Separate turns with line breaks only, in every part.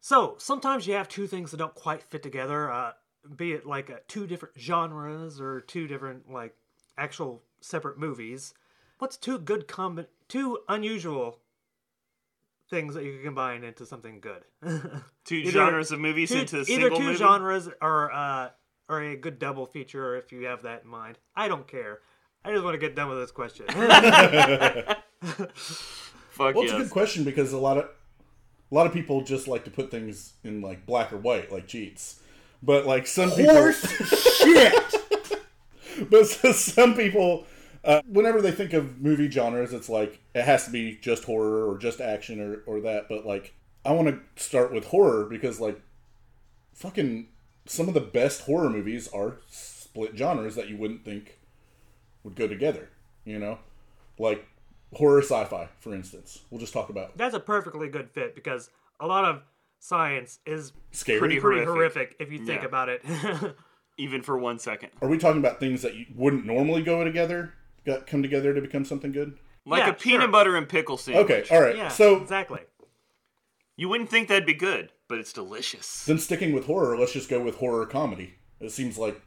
So sometimes you have two things that don't quite fit together, uh, be it like uh, two different genres or two different like actual separate movies. What's two good combi- two unusual things that you can combine into something good?
Two
Either-
genres of movies
two,
into a
either
single
two
movie.
genres or uh, or a good double feature if you have that in mind. I don't care. I just want to get done with this question.
Fuck
Well, it's a
yes.
good question because a lot of a lot of people just like to put things in like black or white, like cheats. But like some
Horse
people,
shit.
but so some people, uh, whenever they think of movie genres, it's like it has to be just horror or just action or or that. But like, I want to start with horror because like, fucking, some of the best horror movies are split genres that you wouldn't think would go together. You know, like horror sci-fi, for instance. We'll just talk about
That's a perfectly good fit because a lot of science is
scary.
Pretty
pretty horrific,
Horrific.
if you think
Yeah.
about it.
Even for one second.
Are we talking about things that you wouldn't normally go together, got come together to become something good?
Like
Yeah,
a peanut
sure.
butter and pickle sandwich.
Okay, all right.
yeah,
so
exactly.
You wouldn't think that'd be good, but it's delicious.
then, sticking with horror, let's just go with horror comedy. It seems like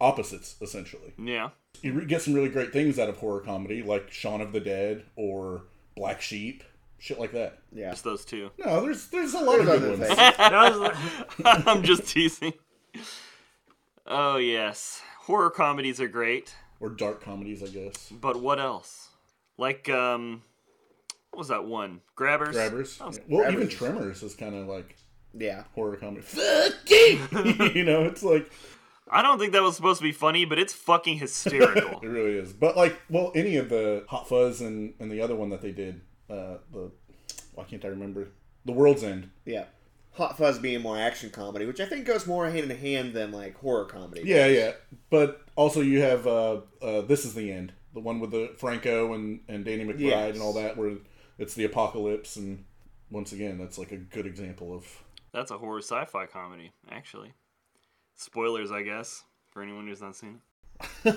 opposites essentially.
Yeah.
You re- get some really great things out of horror comedy, like Shaun of the Dead or Black Sheep, shit like that.
Yeah.
Just those two.
No, there's there's a lot
There's
of
other
good ones.
things.
That was-
I'm just teasing. Oh yes. Horror comedies are great,
Or dark comedies, I guess.
but what else? Like um what was that one? Grabbers.
Grabbers. well, even
Grabbers.
Tremors is kind of like
Yeah.
horror comedy. Fuck you! you know, it's like
I don't think that was supposed to be funny, but it's fucking hysterical.
It really is. But like, well, any of the Hot Fuzz and and the other one that they did, uh, the why can't I remember? The World's End.
Yeah. Hot Fuzz being more action comedy, which I think goes more hand in hand than like horror comedy.
Yeah, yeah. But also you have uh, uh, this is the end, the one with the Franco and and Danny McBride
Yes.
and all that, where it's the apocalypse and. Once again, that's like a good example of
That's a horror sci-fi comedy, actually. Spoilers, I guess, for anyone who's not seen it.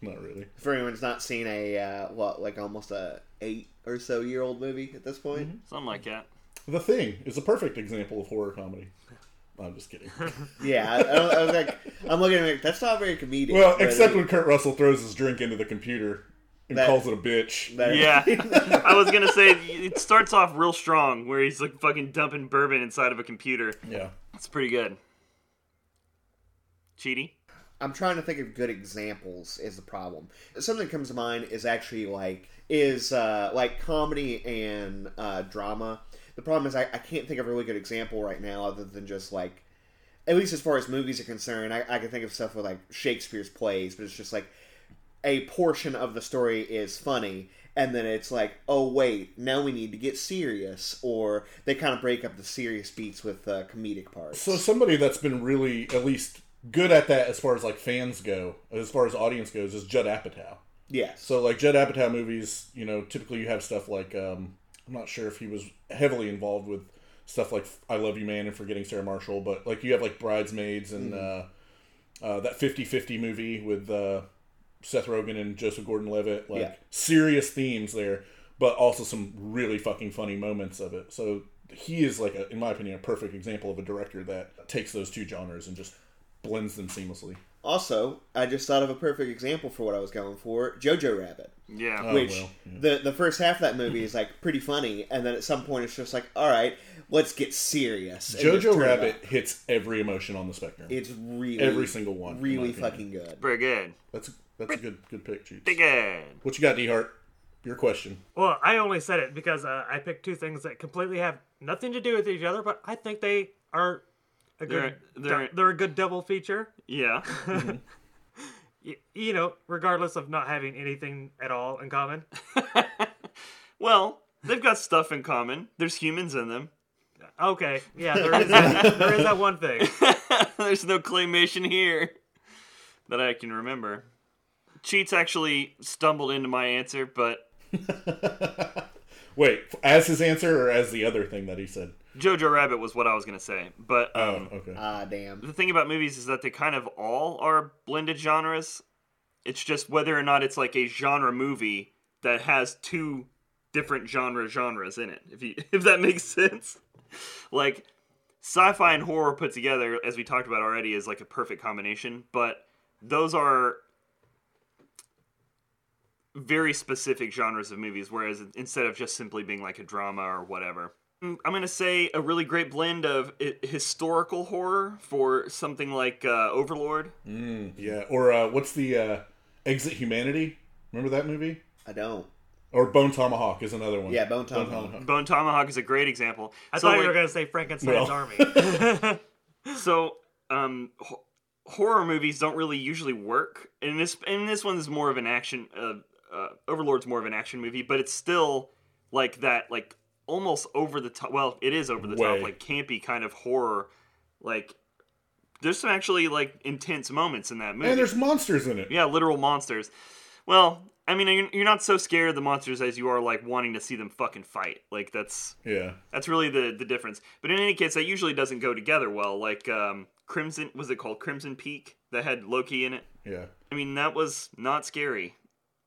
not really.
If anyone's not seen a uh, what like almost a eight or so year old movie at this point,
Something like that.
The Thing is a perfect example of horror comedy. I'm just kidding.
yeah, I, I, don't- I was like, I'm looking at it, that's not very comedic.
well,
but
except
it-
when Kurt Russell throws his drink into the computer and
That-
calls it a bitch.
that-
Yeah, I was gonna say it starts off real strong, where he's like fucking dumping bourbon inside of a computer.
yeah.
That's pretty good. Cheaty,
I'm trying to think of good examples is the problem. Something that comes to mind is actually like is uh, like comedy and uh, drama. The problem is I, I can't think of a really good example right now other than just like at least as far as movies are concerned, I, I can think of stuff with like Shakespeare's plays, but it's just like a portion of the story is funny and then it's like oh wait now we need to get serious or they kind of break up the serious beats with uh, comedic parts
So somebody that's been really at least good at that as far as like fans go, as far as audience goes, is Judd Apatow.
yes
So like Judd Apatow movies, you know, typically you have stuff like um I'm not sure if he was heavily involved with stuff like I Love You Man and Forgetting Sarah Marshall, but like you have like Bridesmaids and
Mm-hmm.
uh, uh that 50-50 movie with uh Seth Rogen and Joseph Gordon-Levitt, like
Yeah.
serious themes there, but also some really fucking funny moments of it. So he is like, a, in my opinion, a perfect example of a director that takes those two genres and just blends them seamlessly.
Also, I just thought of a perfect example for what I was going for: Jojo Rabbit,
yeah,
Oh,
which
well, yeah.
the the first half of that movie is like pretty funny, and then at some point it's just like, all right, let's get serious. and just
Jojo
turn it
Rabbit
up.
hits every emotion on the spectrum.
it's really
Every single one, in my
really
opinion.
fucking good.
pretty good,
That's that's a good good pick, Cheats.
pretty good.
What you got, D Hart? Your question.
well, I only said it because uh, I picked two things that completely have nothing to do with each other, but I think they are a good
They're- they're-
they're, a good double feature.
Yeah,
Y- you know, regardless of not having anything at all in common.
well, they've got stuff in common. There's humans in them.
Okay, yeah, there is that, there is that one thing.
There's no claymation here that I can remember. Cheats actually stumbled into my answer, but
Wait, as his answer or as the other thing that he said?
Jojo Rabbit was what I was gonna say. But um,
Oh, okay.
Ah, damn.
the thing about movies is that they kind of all are blended genres. It's just whether or not it's like a genre movie that has two different genre genres in it. If you if that makes sense. Like sci-fi and horror put together, as we talked about already, is like a perfect combination. But those are very specific genres of movies, whereas instead of just simply being like a drama or whatever. Mm, I'm gonna say a really great blend of i- historical horror for something like uh, Overlord.
Yeah, or uh, what's the uh, Exit Humanity? Remember that movie?
I don't.
Or Bone Tomahawk is another one.
Yeah, Bone Tomahawk.
Bone Tomahawk is a great example.
I
So,
thought
like-
you were going to say Frankenstein's
Well.
Army.
So, um, ho- horror movies don't really usually work, and this and this one's more of an action. Uh, uh, Overlord's more of an action movie, but it's still like that, like almost over the top. Well, it is over the
Way.
top, like campy kind of horror. Like, there's some actually like intense moments in that movie.
And there's monsters in it.
yeah, literal monsters. Well, I mean, you're, you're not so scared of the monsters as you are like wanting to see them fucking fight. Like that's
Yeah.
that's really the the difference. But in any case, that usually doesn't go together well. Like um, Crimson, was it called Crimson Peak that had Loki in it?
Yeah.
I mean, that was not scary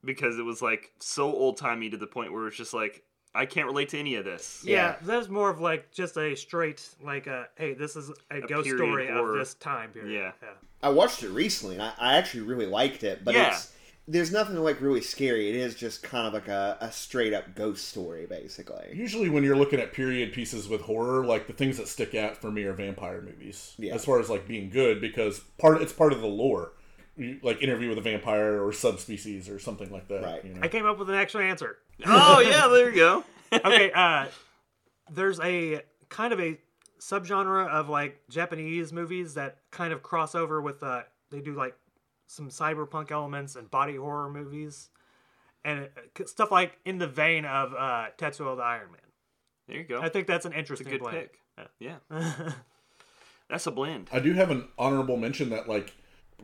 because it was like so old timey to the point where it's just like I can't relate to any of this.
yeah, that's more of like just a straight like uh, hey, this is a, ghost
period
story
horror.
of this time period.
Yeah.
I watched it recently, and I, I actually really liked it. But
Yeah.
it's there's nothing like really scary. It is just kind of like a, a straight up ghost story, basically.
Usually, when you're looking at period pieces with horror, like the things that stick out for me are vampire movies.
Yeah.
As far as like being good, because part it's part of the lore, You- like Interview with a Vampire or Subspecies or something like that.
Right.
You know?
I came up with an actual answer.
oh yeah, there you go.
okay, uh, there's a kind of a subgenre of like Japanese movies that kind of cross over with uh, they do like some cyberpunk elements and body horror movies, and uh, stuff like in the vein of uh, Tetsuo the Iron Man.
There you go.
I think that's an interesting
Good
blend.
pick. Uh, Yeah. That's a blend.
I do have an honorable mention that like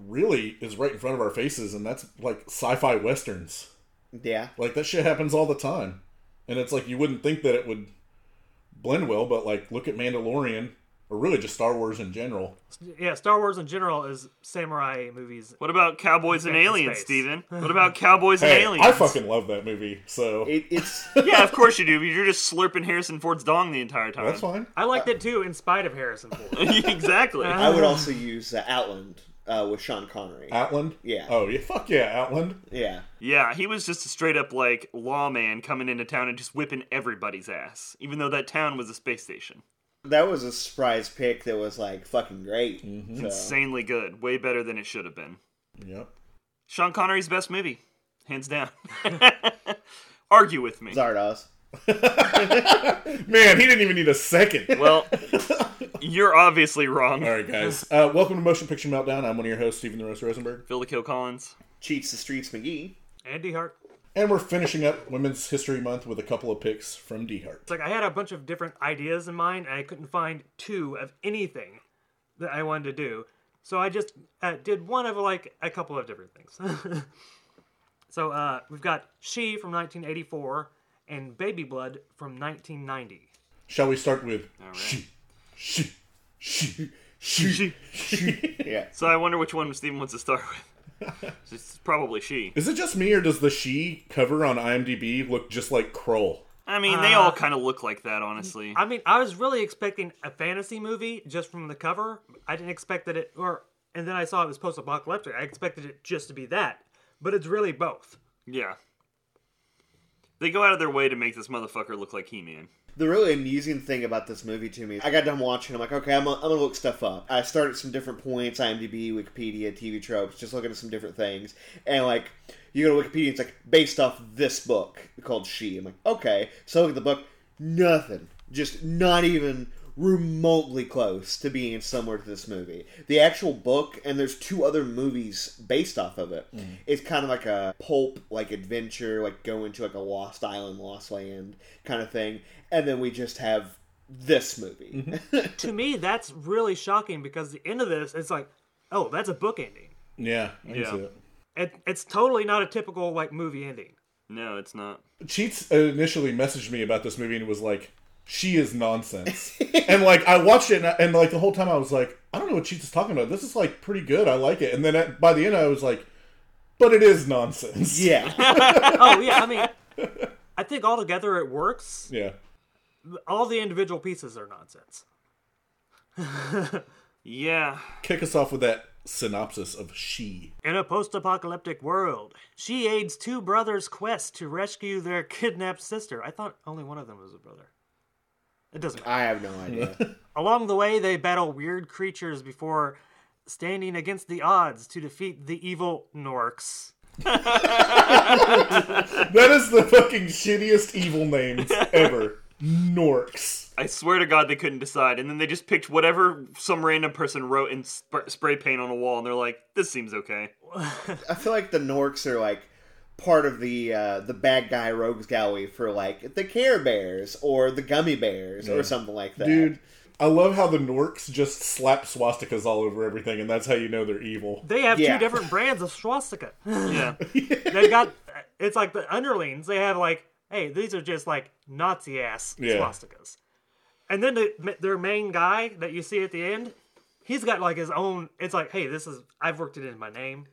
really is right in front of our faces, and that's like sci-fi westerns.
Yeah.
Like that shit happens all the time, and it's like you wouldn't think that it would blend well, but like look at Mandalorian or really just Star Wars in general.
Yeah, Star Wars in general is samurai movies.
What about Cowboys and
Back to
Aliens,
space.
Steven? What about Cowboys and
Hey,
Aliens?
I fucking love that movie, so
It, it's
yeah, of course you do. but You're just slurping Harrison Ford's dong the entire time.
that's fine.
I liked it too, in spite of Harrison Ford.
exactly.
I would also use uh, Outland uh, with Sean Connery.
Outland.
Yeah.
Oh yeah, fuck yeah, Outland.
yeah.
Yeah, he was just a straight up like lawman coming into town and just whipping everybody's ass, even though that town was a space station.
That was a surprise pick that was like fucking great. So,
Insanely good, way better than it should have been.
Yep.
Sean Connery's best movie, hands down. Argue with me.
Zardoz.
Man, he didn't even need a second.
Well, you're obviously wrong.
All right, guys. Uh, welcome to Motion Picture Meltdown. I'm one of your hosts, Stephen the Rose Rosenberg,
Phil the Kill Collins.
Cheats the Streets McGee.
Andy Hart.
and we're finishing up Women's History Month with a couple of picks from D Heart.
It's like I had a bunch of different ideas in mind, and I couldn't find two of anything that I wanted to do. So I just uh, did one of like a couple of different things. so uh, we've got She from 1984 and Baby Blood from 1990.
Shall we start with she, she, she, she,
Yeah.
So I wonder which one Steven wants to start with. It's probably she.
Is it just me, or does the she cover on IMDb look just like Kroll?
I mean, they all kind of look like that, honestly.
I mean, I was really expecting a fantasy movie just from the cover. I didn't expect that it, or and then I saw it was post-apocalyptic. I expected it just to be that, but it's really both.
Yeah. They go out of their way to make this motherfucker look like He Man.
The really amusing thing about this movie to me, I got done watching. I'm like, okay, I'm gonna, I'm gonna look stuff up. I started some different points, IMDb, Wikipedia, TV tropes, just looking at some different things. And like, you go to Wikipedia, it's like based off this book called She. I'm like, okay. So I look at the book, nothing, just not even remotely close to being similar to this movie. The actual book, and there's two other movies based off of it. It's kind of like a pulp, like adventure, like go into like a lost island, lost land kind of thing. And then we just have this movie.
to me, that's really shocking because the end of this, it's like, oh, that's a book ending.
Yeah, I can
Yeah.
see it.
It, it's totally not a typical like movie ending.
No, it's not.
Cheats initially messaged me about this movie and was like, "She is nonsense," and like I watched it and, I- and like the whole time I was like, "I don't know what Cheats is talking about. This is like pretty good. I like it." And then at, by the end I was like, "But it is nonsense."
Yeah.
Oh yeah, I mean, I think altogether it works.
yeah.
All the individual pieces are nonsense.
Yeah.
Kick us off with that synopsis of She.
In a post apocalyptic world, she aids two brothers' quest to rescue their kidnapped sister. I thought only one of them was a brother. It doesn't matter.
I have no idea.
Along the way, they battle weird creatures before standing against the odds to defeat the evil Norks.
That is the fucking shittiest evil names ever. Norks.
I swear to God, they couldn't decide, and then they just picked whatever some random person wrote in sp- spray paint on a wall, and they're like, "This seems okay."
I feel like the Norks are like part of the uh, the bad guy rogues gallery for like the Care Bears or the Gummy Bears or something like that.
Dude, I love how the Norks just slap swastikas all over everything, and that's how you know they're evil.
They have
Yeah.
two different brands of swastika.
Yeah.
They've got, it's like the underlings. They have like, hey, these are just like Nazi ass
Yeah.
swastikas. And then the, their main guy that you see at the end, he's got like his own. It's like, hey, this is, I've worked it in my name.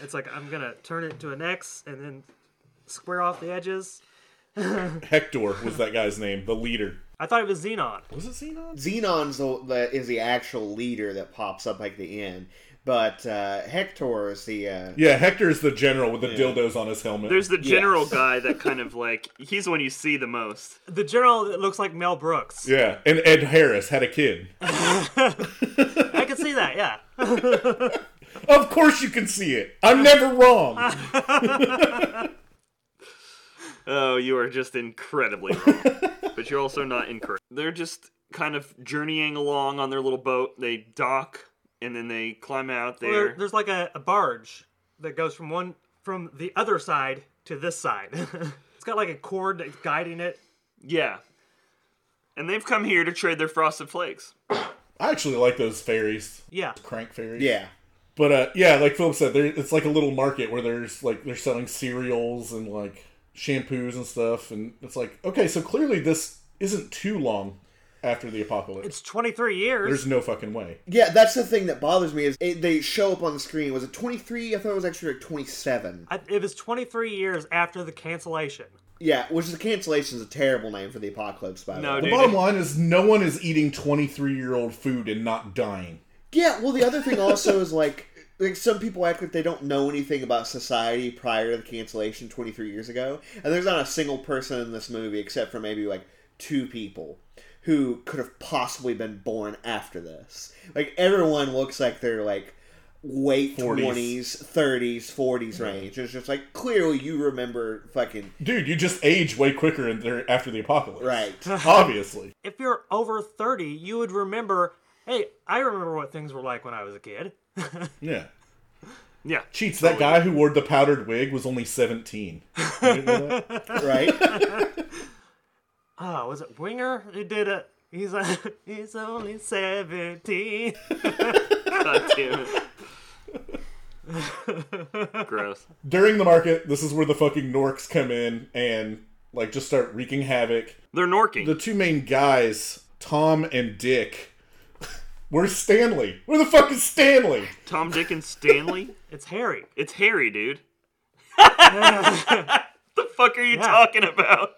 It's like, I'm going to turn it into an X and then square off the edges.
Hector was that guy's name, the leader.
I thought it was Xenon.
Was it Xenon?
Xenon's the, the is the actual leader that pops up like the end, but uh, Hector is the uh,
Yeah, Hector is the general with the dildos on his helmet.
There's the general guy that kind of like he's the one you see the most.
The general that looks like Mel Brooks.
yeah, and Ed Harris had a kid.
I can see that, yeah.
Of course you can see it. I'm never wrong.
Oh, you are just incredibly wrong. but you're also not incorrect. They're just kind of journeying along on their little boat. They dock and then they climb out
Well, there-
there.
there's like a, a barge that goes from one from the other side to this side. it's got like a cord that's guiding it.
yeah. And they've come here to trade their frosted flakes.
I actually like those fairies.
Yeah,
Crank fairies.
yeah.
But uh, yeah, like Philip said, there, it's like a little market where there's like they're selling cereals and like shampoos and stuff, and it's like okay, so clearly this isn't too long after the apocalypse.
it's 23 years.
there's no fucking way.
Yeah, that's the thing that bothers me is it, they show up on the screen. Was it 23? I thought it was actually like 27.
I, it was 23 years after the cancellation.
Yeah, which is the cancellation is a terrible name for the apocalypse, by the
No,
The
way.
dude.
bottom line is no one is eating 23 year old food and not dying.
Yeah, well, the other thing also is like, like some people act like they don't know anything about society prior to the cancellation 23 years ago, and there's not a single person in this movie except for maybe like two people who could have possibly been born after this. Like everyone looks like they're like late
40s.
20s, 30s, 40s range. It's just like clearly you remember fucking
Dude, you just age way quicker in there after the apocalypse.
right.
Obviously.
If you're over 30, you would remember, hey, I remember what things were like when I was a kid.
Yeah.
Yeah.
Cheats, that guy who wore the powdered wig was only 17. You didn't know that?
right?
Oh, was it Winger? He did a. He's a, he's only 17.
God damn it. Gross.
During the market, this is where the fucking Norks come in and like just start wreaking havoc.
They're norking.
The two main guys, Tom and Dick, where's Stanley? Where the fuck is Stanley?
Tom, Dick, and Stanley.
It's Harry.
It's Harry, dude. the fuck are you talking about?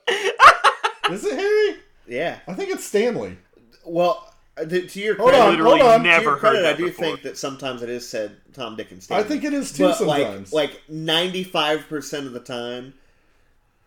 Is it Harry?
Yeah.
I think it's Stanley.
Well, uh, to, to your
Hold
credit,
on,
Literally
hold on.
to
never
your
heard
credit,
that
I do
before.
think that sometimes it is said Tom Dick and
I
Stanley.
think it is too
but
sometimes.
like like ninety five percent of the time,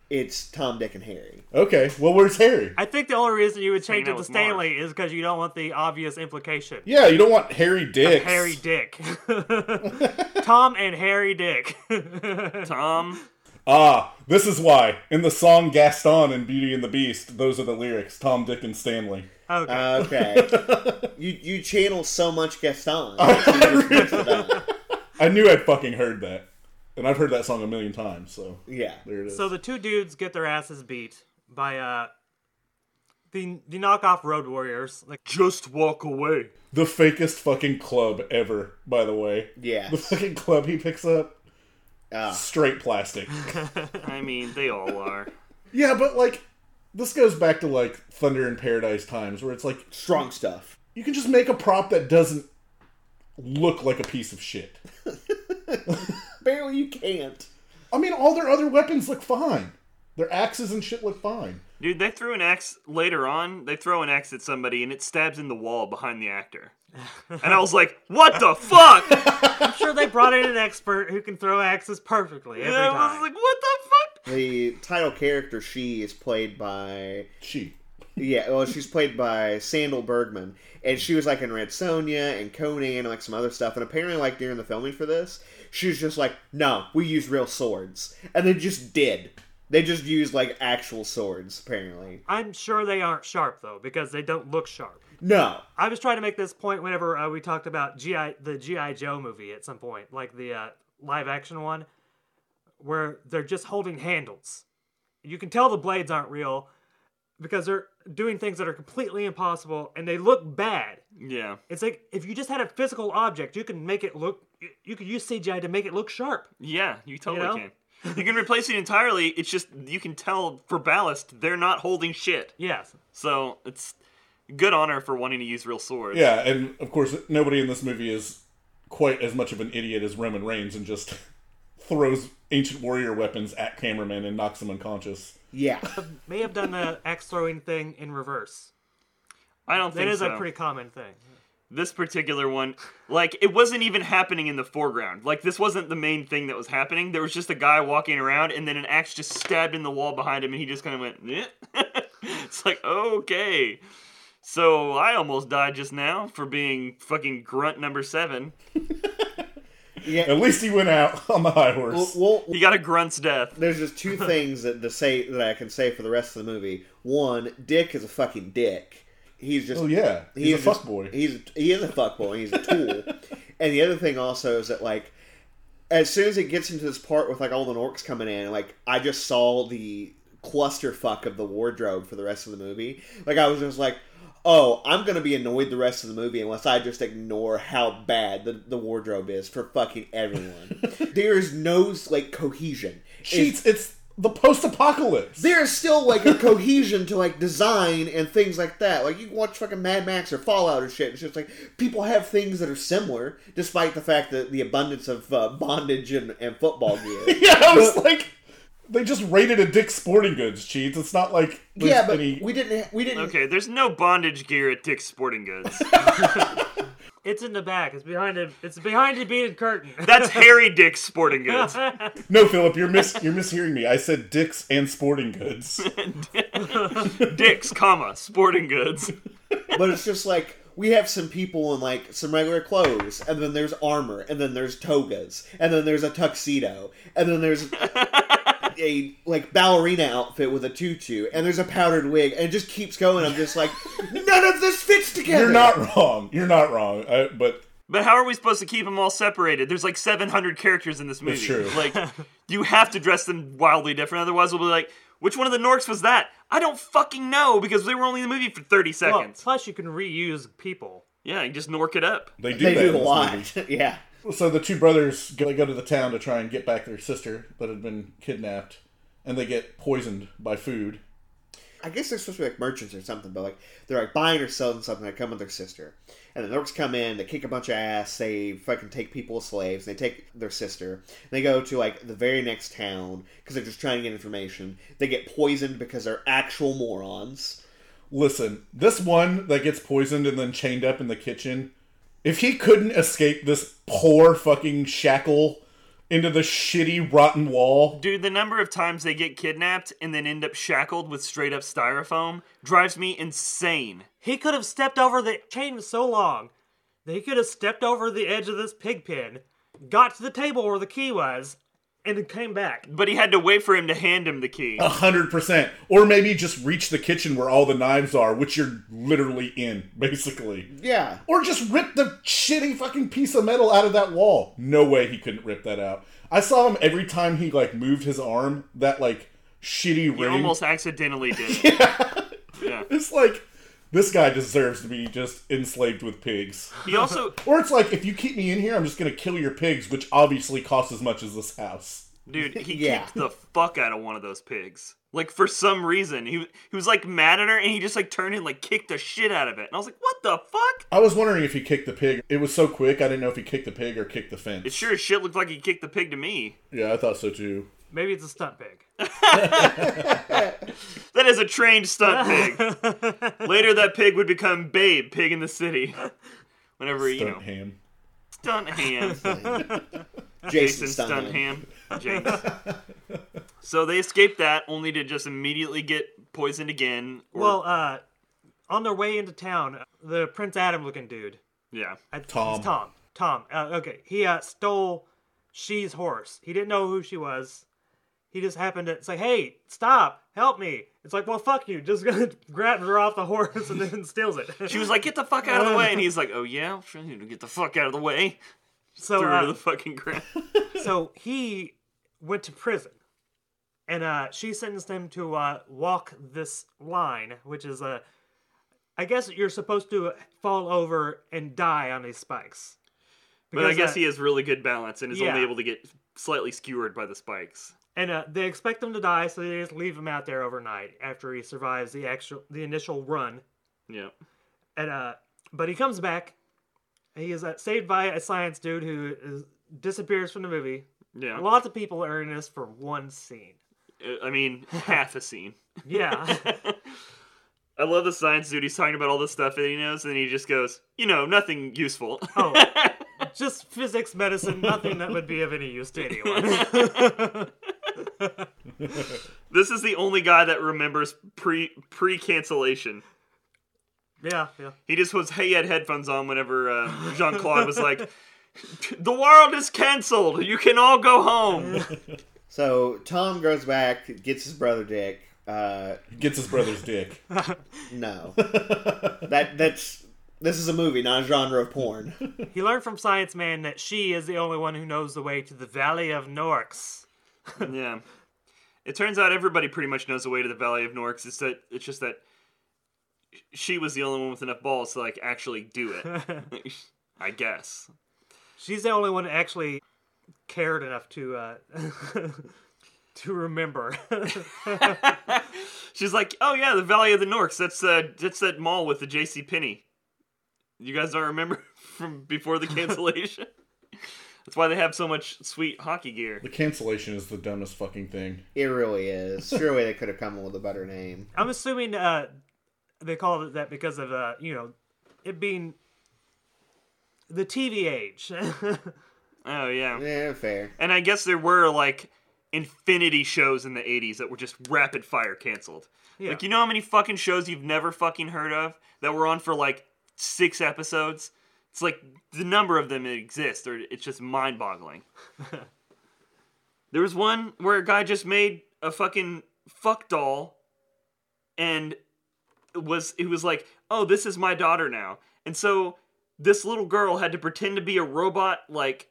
it's Tom Dick and Harry.
okay, well, where's Harry?
I think the only reason you would change
Hanging
it
out
to
with
Stanley is because you don't want the obvious implication.
Yeah, you don't want Harry Dick.
Harry Dick. Tom and Harry Dick.
Tom.
Ah, this is why. In the song Gaston and Beauty and the Beast, those are the lyrics Tom, Dick, and Stanley.
Okay.
Okay, you you channel so much Gaston. that you just mixed it up.
I knew I'd fucking heard that. And I've heard that song a million times, so
yeah,
there it is.
so the two dudes get their asses beat by uh the the knockoff Road Warriors. Like
Just walk away.
the fakest fucking club ever, by the way.
yeah.
The fucking club he picks up,
Ah.
straight plastic.
I mean, they all are.
yeah, but like, this goes back to like Thunder in Paradise times, where it's like,
Strong stuff.
you can just make a prop that doesn't look like a piece of shit.
Barely you can't.
I mean, all their other weapons look fine. Their axes and shit look fine.
Dude, they threw an axe later on. They throw an axe at somebody and it stabs in the wall behind the actor. And I was like, "What the fuck?"
I'm sure they brought in an expert who can throw axes perfectly every
and I was
time.
like, "What the fuck?"
The title character she is played by
She.
yeah, well, she's played by Sandal Bergman, and she was like in Red Sonja and Conan and like some other stuff. And apparently, like during the filming for this, she was just like, "No, we use real swords," and they just did. They just used like actual swords. Apparently,
I'm sure they aren't sharp though because they don't look sharp.
no.
I was trying to make this point whenever uh, we talked about GI the GI Joe movie at some point, like the uh, live action one, where they're just holding handles. You can tell the blades aren't real because they're doing things that are completely impossible and they look bad.
Yeah.
It's like if you just had a physical object, you can make it look. you- You could use CGI to make it look sharp.
Yeah, you totally
know?
can. You can replace it entirely. It's just you can tell for ballast they're not holding shit.
Yes.
So it's good honor for wanting to use real swords.
Yeah, and of course, nobody in this movie is quite as much of an idiot as Roman Reigns and just throws ancient warrior weapons at cameraman and knocks him unconscious.
Yeah,
May have done the axe throwing thing in reverse.
I don't
That
think
is
so.
a pretty common thing.
This particular one, like it wasn't even happening in the foreground. Like this wasn't the main thing that was happening. There was just a guy walking around, and then an axe just stabbed in the wall behind him, and he just kind of went. "Eh." it's like okay. So I almost died just now for being fucking grunt number seven.
yeah.
At least he went out on the high horse.
Well, well,
He got a grunt's death.
there's just two things that to say that I can say for the rest of the movie. One, Dick is a fucking dick. He's just
oh yeah, he's, a
just-
fuckboy.
He's he is a fuckboy. He's a tool. and the other thing also is that like, as soon as it gets into this part with like all the orcs coming in, like I just saw the clusterfuck of the wardrobe for the rest of the movie. Like I was just like, oh, I'm gonna be annoyed the rest of the movie unless I just ignore how bad the, the wardrobe is for fucking everyone. there is no like cohesion. It's-
Sheets. It's the post-apocalypse.
there's still like a cohesion to like design and things like that. Like you can watch fucking Mad Max or Fallout or shit. and It's just like people have things that are similar, despite the fact that the abundance of uh, bondage and, and football gear.
yeah, I was like, they just raided a Dick's Sporting Goods. Cheats. It's not like there's
yeah, but
any-
we didn't. Ha- we didn't.
Okay, there's no bondage gear at Dick's Sporting Goods.
It's in the back. It's behind a. It's behind a beaded curtain.
That's Harry Dick's Sporting Goods.
no, Philip, you're mis you're mishearing me. I said Dick's and Sporting Goods.
Dick's, comma, Sporting Goods.
But it's just like we have some people in like some regular clothes, and then there's armor, and then there's togas, and then there's a tuxedo, and then there's a like ballerina outfit with a tutu, and there's a powdered wig, and it just keeps going. I'm just like, none of this fits together.
You're not wrong. You're not wrong. I, but
But how are we supposed to keep them all separated? There's like 700 characters in this movie.
true.
Like, you have to dress them wildly different. Otherwise, we'll be like, which one of the Norks was that? I don't fucking know because they were only in the movie for 30
Well,
seconds.
plus, you can reuse people.
yeah, you just Nork it up.
they do
They
that in
do a
this movie.
lot. yeah.
So the two brothers go, they go to the town to try and get back their sister that had been kidnapped, and they get poisoned by food.
I guess they're supposed to be like merchants or something, but like they're like buying or selling something. They come with their sister, and the orcs come in. They kick a bunch of ass. They fucking take people as slaves. They take their sister. they go to like the very next town because they're just trying to get information. They get poisoned because they're actual morons.
Listen, this one that gets poisoned and then chained up in the kitchen, if he couldn't escape this poor fucking shackle into the shitty rotten wall,
Dude, the number of times they get kidnapped and then end up shackled with straight up styrofoam drives me insane.
He could have stepped over the chain was so long that he could have stepped over the edge of this pig pen, got to the table where the key was, and then came back.
But he had to wait for him to hand him the key.
a hundred percent, or maybe just reach the kitchen where all the knives are, which you're literally in, basically.
Yeah,
Or just rip the shitty fucking piece of metal out of that wall. No way he couldn't rip that out. I saw him every time he like moved his arm, that like shitty
He
ring.
almost accidentally did. it.
It's like this guy deserves to be just enslaved with pigs.
He also,
Or it's like if you keep me in here, I'm just gonna kill your pigs, which obviously costs as much as this house.
dude, he
Yeah.
kicked the fuck out of one of those pigs. Like for some reason, he he was like mad at her, and he just like turned and like kicked the shit out of it. And I was like, "What the fuck?"
I was wondering if he kicked the pig. It was so quick, I didn't know if he kicked the pig or kicked the fence.
It sure as shit looked like he kicked the pig to me.
Yeah, I thought so too.
Maybe it's a stunt pig.
That is a trained stunt pig. Later, that pig would become Babe, Pig in the City. Whenever you know,
Stunt ham.
stunt ham, Jason
Jason, Stunham.
stunt ham, James. so they escaped that, only to just immediately get poisoned again. Or,
Well, uh, on their way into town, the Prince Adam looking dude.
yeah,
I, it's
Tom.
Tom. Tom. Uh, okay. He uh, stole she's horse. He didn't know who she was. He just happened to say, "Hey, stop! Help me!" It's like, well, fuck you. Just gonna grabs her off the horse and then steals it.
she was like, "Get the fuck out of the way," and he's like, "Oh yeah, I'm trying to get the fuck out of the way."
so,
Threw her to the
uh,
fucking ground.
so he went to prison, and uh, she sentenced him to uh, walk this line, which is Uh, I guess you're supposed to fall over and die on these spikes.
But I
Because,
guess
uh,
he has really good balance and is
yeah.
only able to get slightly skewered by the spikes.
And uh, they expect him to die, so they just leave him out there overnight after he survives the actual the initial run.
Yeah.
And uh, but he comes back. He is uh, saved by a science dude who is, disappears from the movie.
Yeah.
Lots of people are in this for one scene.
I- I mean, half a scene.
Yeah,
I love the science dude. He's talking about all this stuff that he knows, and then he just goes, you know, nothing useful.
Oh. just physics, medicine, nothing that would be of any use to anyone.
this is the only guy that remembers pre pre cancellation.
yeah, yeah.
He just was he had headphones on whenever uh, Jean Claude was like, "The world is canceled. You can all go home."
So Tom goes back, gets his brother Dick. Uh,
Gets his brother's dick.
no, that that's this is a movie, not a genre of porn.
He learned from Science Man that she is the only one who knows the way to the Valley of Norks.
yeah. It turns out everybody pretty much knows the way to the Valley of Norks. It's that it's just that she was the only one with enough balls to like actually do it. I guess.
She's the only one that actually cared enough to uh, to remember.
She's like, "Oh yeah, the Valley of the Norks. That's uh, that's that mall with the J.C. Penney. You guys don't remember from before the cancellation? that's why they have so much sweet hockey gear.
The cancellation is the dumbest fucking thing.
It really is. Surely they could have come up with a better name.
I'm assuming uh, they called it that because of uh, you know it being the TV age.
Oh yeah.
Yeah, Eh, fair.
And I guess there were like infinity shows in the '80s that were just rapid fire canceled.
Yeah.
Like you know how many fucking shows you've never fucking heard of that were on for like six episodes? It's like the number of them that exist, or it's just mind boggling. there was one where a guy just made a fucking fuck doll and it was it was like, oh, this is my daughter now. And so this little girl had to pretend to be a robot like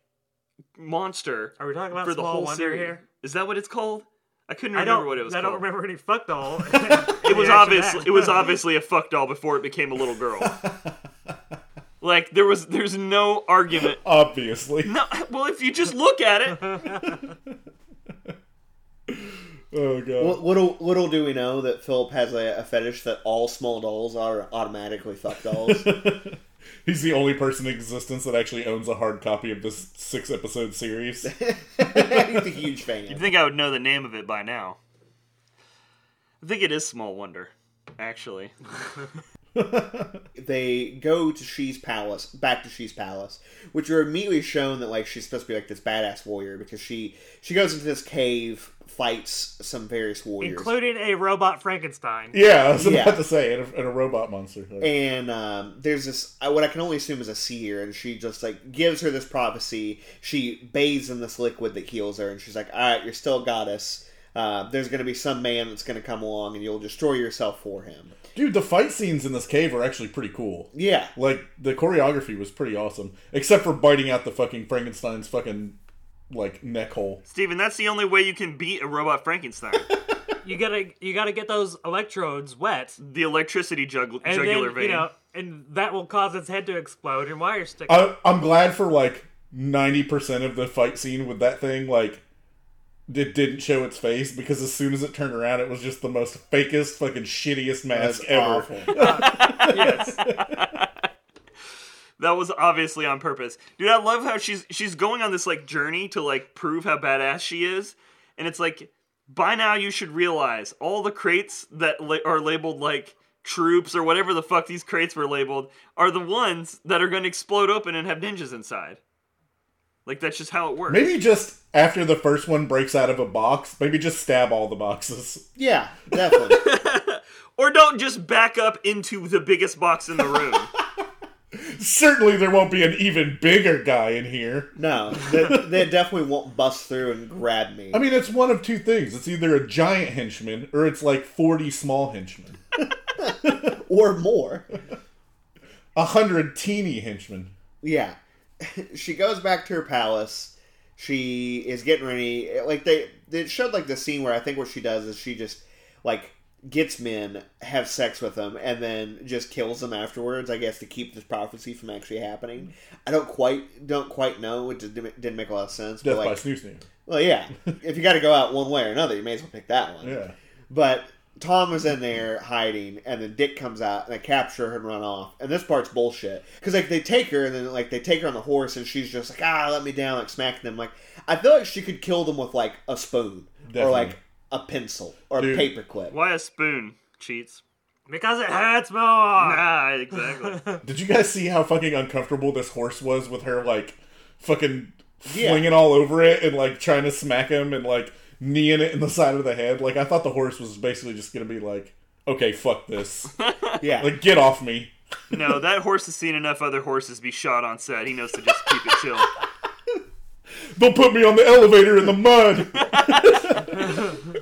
monster
Are we talking about
for the
Small
whole
Wonder
series.
here?
Is that what it's called? I couldn't
I
remember
don't.
what it was
I
called.
don't remember any fuck doll.
It was obviously it was obviously a fuck doll before it became a little girl. like there was there's no argument.
Obviously.
No, well if you just look at it,
Oh god.
Well, little little do we know that Philip has a, a fetish that all small dolls are automatically fuck dolls.
He's the only person in existence that actually owns a hard copy of this six episode series.
He's a huge
I
fan.
think I would know the name of it by now. I think it is Small Wonder, actually.
They go to She's Palace, back to She's Palace, which are immediately shown that like she's supposed to be like this badass warrior because she she goes into this cave, fights some various warriors,
including a robot Frankenstein.
yeah, I was about
Yeah.
to say, and a, and a robot monster. Like,
and um, there's this uh, what I can only assume is a seer, and she just like gives her this prophecy. She bathes in this liquid that heals her, and she's like, "All right, you're still a goddess. Uh, there's going to be some man that's going to come along, and you'll destroy yourself for him."
dude, the fight scenes in this cave are actually pretty cool.
Yeah,
Like the choreography was pretty awesome, except for biting out the fucking Frankenstein's fucking like neck hole.
Steven, that's the only way you can beat a robot Frankenstein.
You gotta you gotta get those electrodes wet,
the electricity jugg-
and
jugular
then
vein.
you know, and that will cause its head to explode and wire stick.
I, I'm glad for like ninety percent of the fight scene with that thing. Like it didn't show its face because as soon as it turned around, it was just the most fakest, fucking shittiest mask
That's
ever.
awful.
yes. that was obviously on purpose. Dude, I love how she's she's going on this like journey to like prove how badass she is. And it's like by now you should realize all the crates that la- are labeled like troops or whatever the fuck these crates were labeled are the ones that are going to explode open and have ninjas inside. Like that's just how it works.
Maybe just after the first one breaks out of a box, maybe just stab all the boxes.
yeah, definitely.
Or don't just back up into the biggest box in the room.
Certainly, there won't be an even bigger guy in here.
No, they, they definitely won't bust through and grab me.
I mean, it's one of two things. It's either a giant henchman or it's like 40 small henchmen,
or more.
a hundred teeny henchmen.
Yeah. she goes back to her palace. She is getting ready. Like they, they showed like the scene where I think what she does is she just like gets men, have sex with them, and then just kills them afterwards. I guess to keep this prophecy from actually happening. I don't quite don't quite know. It just didn't didn't make a lot of sense.
Death
but
by
like,
Snoo Snoo.
well, yeah. if you got to go out one way or another, you may as well pick that one.
Yeah.
But Tom is in there hiding, and then Dick comes out, and they capture her and run off. And this part's bullshit because like they take her, and then like they take her on the horse, and she's just like, ah, let me down, like smacking them. Like I feel like she could kill them with like a spoon or
Definitely.
like a pencil or
Dude.
a paperclip.
Why a spoon? Cheats.
Because it hurts more.
Ah, exactly.
Did you guys see how fucking uncomfortable this horse was with her like fucking
Yeah.
flinging all over it and like trying to smack him and like kneeing it in the side of the head? Like I thought the horse was basically just gonna be like, okay, fuck this,
Yeah,
like get off me.
No, that horse has seen enough other horses be shot on set. He knows to just keep it chill.
They'll put me on the elevator in the mud.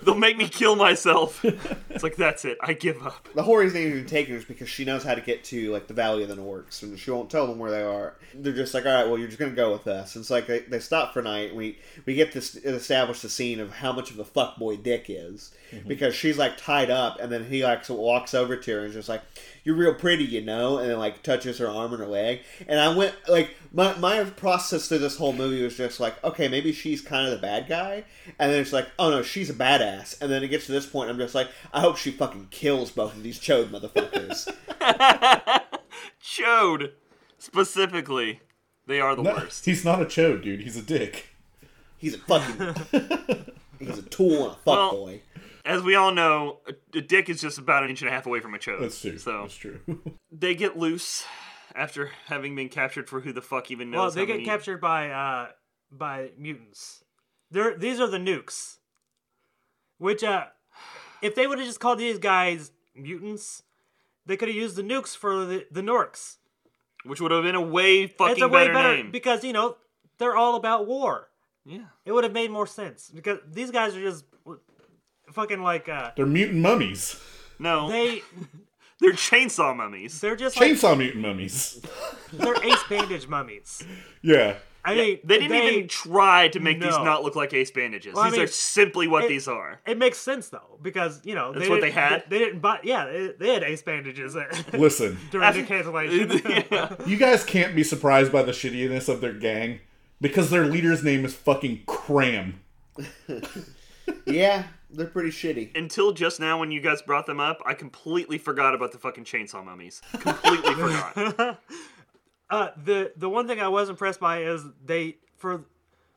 They'll make me kill myself. It's like that's it. I give up.
the whole reason they even take her is because she knows how to get to like the Valley of the Norks, and she won't tell them where they are. They're just like, all right, well, you're just gonna go with us. And it's like they, they stop for night. And we we get this establish the scene of how much of a fuckboy Dick is because she's like tied up, and then he like walks over to her and is just like, "You're real pretty, you know," and then like touches her arm and her leg. And I went like my my process through this whole movie was just like, okay, maybe she's kind of the bad guy, and then it's like, oh no, she's a badass. And then it gets to this point, I'm just like, I hope she fucking kills both of these chode motherfuckers.
Chode, specifically, they are the worst.
He's not a chode, dude. He's a dick.
he's a fucking he's a tool and a fuck
Well-
boy.
As we all know, a a dick is just about an inch and a half away from a chode.
That's true.
So
That's true.
they get loose after having been captured for who the fuck even knows.
Well, they
how
get
many-
captured by uh by mutants. They're these are the nukes. Which uh if they would have just called these guys mutants, they could have used the nukes for the, the Norks.
which would have been a way fucking
It's a way
better,
better
name.
because you know they're all about war.
yeah,
It would have made more sense because these guys are just w- fucking like uh
They're mutant mummies.
no, they...
they
are chainsaw mummies.
they're just like
Chainsaw mutant mummies.
they're ace bandage mummies.
Yeah.
I mean
They didn't even try to make these
No.
not look like ace bandages.
Well, I
these
mean,
are simply what
it-
these are.
It makes sense though because you know
That's what they
didn't-
had?
They, didn't buy. Yeah, they, they had ace bandages during
Listen,
the cancellation.
Yeah.
you guys can't be surprised by the shittiness of their gang because their leader's name is fucking Cram.
Yeah, they're pretty shitty.
until just now when you guys brought them up, I completely forgot about the fucking chainsaw mummies. Completely forgot.
Uh, the the one thing I was impressed by is they for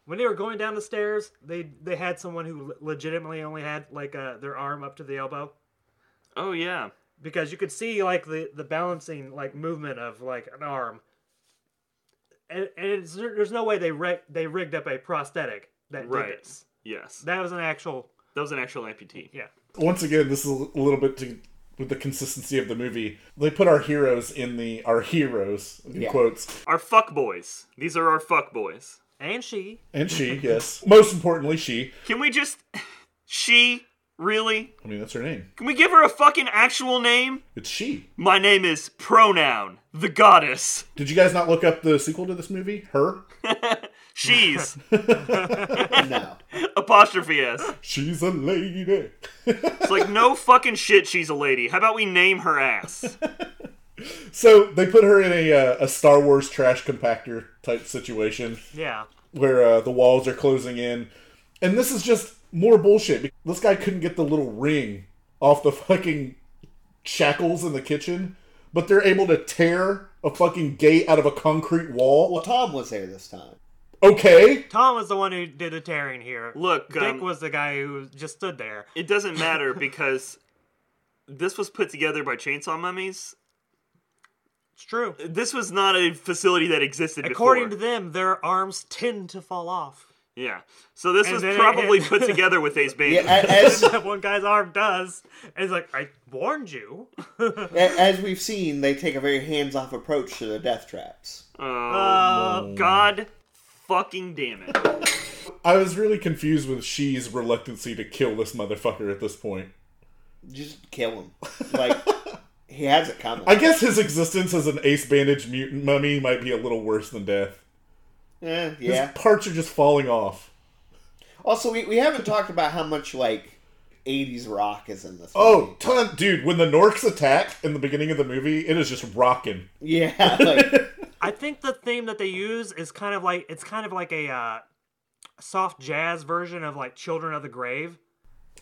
when they were going down the stairs they they had someone who legitimately only had like uh, their arm up to the elbow.
Oh yeah.
because you could see like the the balancing like movement of like an arm and, and it's, there- there's no way they rig, they rigged up a prosthetic that
Right.
did this
Yes.
that was an actual
That was an actual amputee.
yeah
Once again, this is a little bit to, with the consistency of the movie. They put our heroes in the our heroes in
Yeah.
quotes
Our fuck boys. These are our fuck boys.
and she
and she. Yes. Most importantly, she.
Can we just she really?
I mean, that's her name.
Can we give her a fucking actual name?
It's she.
My name is Pronoun, the goddess.
Did you guys not look up the sequel to this movie? Her.
She's
No.
apostrophe s.
She's a lady.
It's like no fucking shit. She's a lady. How about we name her ass?
So they put her in a uh, a Star Wars trash compactor type situation.
yeah
where uh, the walls are closing in, and this is just more bullshit. This guy couldn't get the little ring off the fucking shackles in the kitchen, but they're able to tear a fucking gate out of a concrete
Well,
wall.
Tom was there this time.
Okay.
Tom was the one who did the tearing here.
Look,
Dick
um,
was the guy who just stood there.
it doesn't matter because this was put together by Chainsaw Mummies.
It's true.
This was not a facility that existed
According
before.
to them, their arms tend to fall off.
yeah. So this
And
was
then it-
probably
and-
put together with Ace Bandit.
Yeah, a- as
That one guy's arm does. And he's like, I warned you.
a- as we've seen, they take a very hands-off approach to their death traps.
Oh, God fucking damn it.
I was really confused with she's reluctancy to kill this motherfucker at this point.
Just kill him. Like he has it coming.
I guess his existence as an ace bandage mutant mummy might be a little worse than death.
Eh,
His
yeah.
parts are just falling off.
Also, we, we haven't talked about how much like '80s rock is in this.
Oh,
movie.
ton, dude! When the Norks attack in the beginning of the movie, it is just rocking.
yeah. Like,
I think the theme that they use is kind of like it's kind of like a uh, soft jazz version of like Children of the Grave,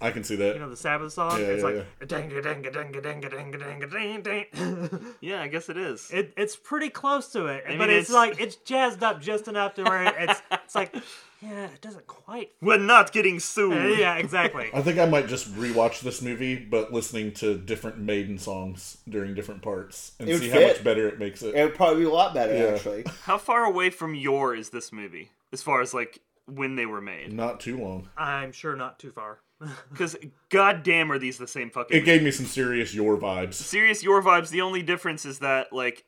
I can see
you
that.
know, the Sabbath song.
Yeah,
it's
yeah,
like dang dang dang dang dang dang dang dang.
Yeah, I guess it is.
It, it's pretty close to it,
mean,
but it's,
it's-
like it's jazzed up just enough to where it's it's like yeah, it doesn't quite.
We're not getting sued.
Uh, Yeah, exactly.
I think I might just rewatch this movie, but listening to different Maiden songs during different parts and
It would
see how
fit.
much better it makes it.
it would probably be a lot better
Yeah.
actually.
How far away from your is this movie? As far as like when they were made?
Not too long.
I'm sure not too far.
Because goddamn, are these the same fucking?
It gave me some serious your vibes.
serious your vibes the only difference is that like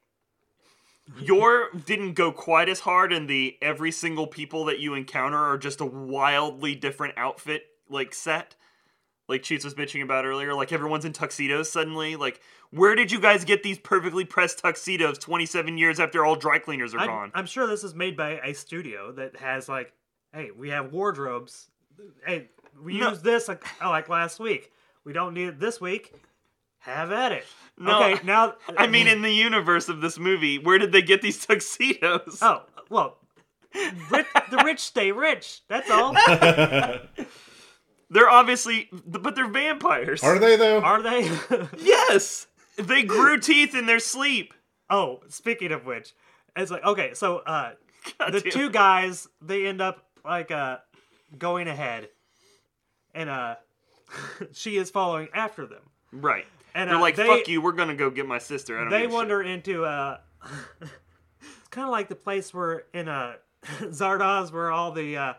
your didn't go quite as hard and the every single people that you encounter are just a wildly different outfit like set like Cheats was bitching about earlier like everyone's in tuxedos suddenly like where did you guys get these perfectly pressed tuxedos 27 years after all dry cleaners are
I'm,
gone
I'm sure this is made by a studio that has like, hey, we have wardrobes. Hey, we
No.
used this like oh, like last week. We don't need it this week. Have at it.
No,
okay, now
I mean in the universe of this movie where did they get these tuxedos
oh well, rich, the rich stay rich. That's all.
they're obviously but they're vampires
Are they though?
Are they?
yes they grew teeth in their sleep
oh, speaking of which, it's like okay, so uh,
God
the
damn.
two guys they end up like uh going ahead, and uh, she is following after them.
Right.
And,
they're
uh,
like,
they-
fuck you, we're gonna go get my sister. I don't
they
give a
wander into uh it's kind of like the place where in uh zardoz where all the uh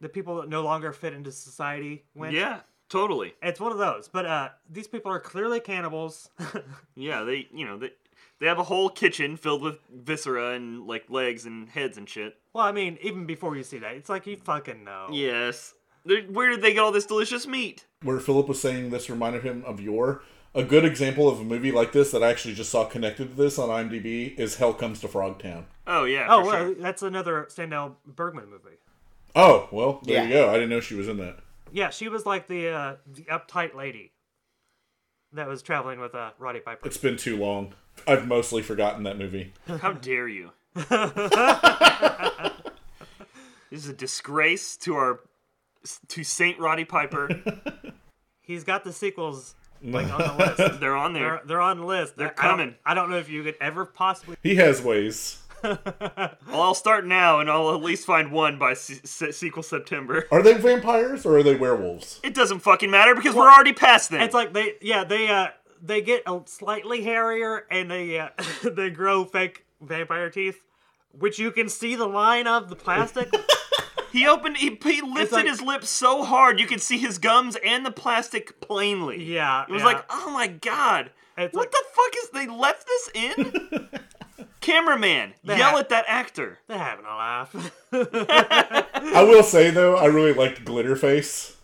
the people that no longer fit into society
shit.
went
Yeah, totally.
it's one of those but uh these people are clearly cannibals
Yeah, they, you know, they they have a whole kitchen filled with viscera and like legs and heads and shit.
well i mean even before you see that it's like you fucking know
Yes. They're, where did they get all this delicious meat?
where Philip was saying this reminded him of your. A good example of a movie like this that I actually just saw connected to this on IMDb is Hell Comes to Frogtown.
Oh yeah.
oh
for
well
sure.
that's another Sandel bergman movie
Oh, well, there you
Yeah.
go. I didn't know she was in that.
yeah she was like the uh the uptight lady that was traveling with uh roddy piper
It's been too long. I've mostly forgotten that movie.
How dare you? this is a disgrace to our to Saint Roddy Piper.
he's got the sequels like on the list
They're on there.
They're, they're on the list. They're
coming.
I don't, know if you could ever possibly.
He has ways.
Well, I'll start now, and I'll at least find one by se- se- sequel September.
Are they vampires or are they werewolves?
It doesn't fucking matter because we're already past them.
It's like they, yeah, they, uh, they get a slightly hairier and they, uh, they grow fake vampire teeth, which you can see the line of the plastic.
He opened. He, he lifted
like-
his lips so hard you could see his gums and the plastic plainly.
yeah,
it was
yeah.
like, oh my god,
It's like-
what the fuck is they left this in? Cameraman, yell at that actor.
they're having a laugh.
I will say though, I really liked Glitterface.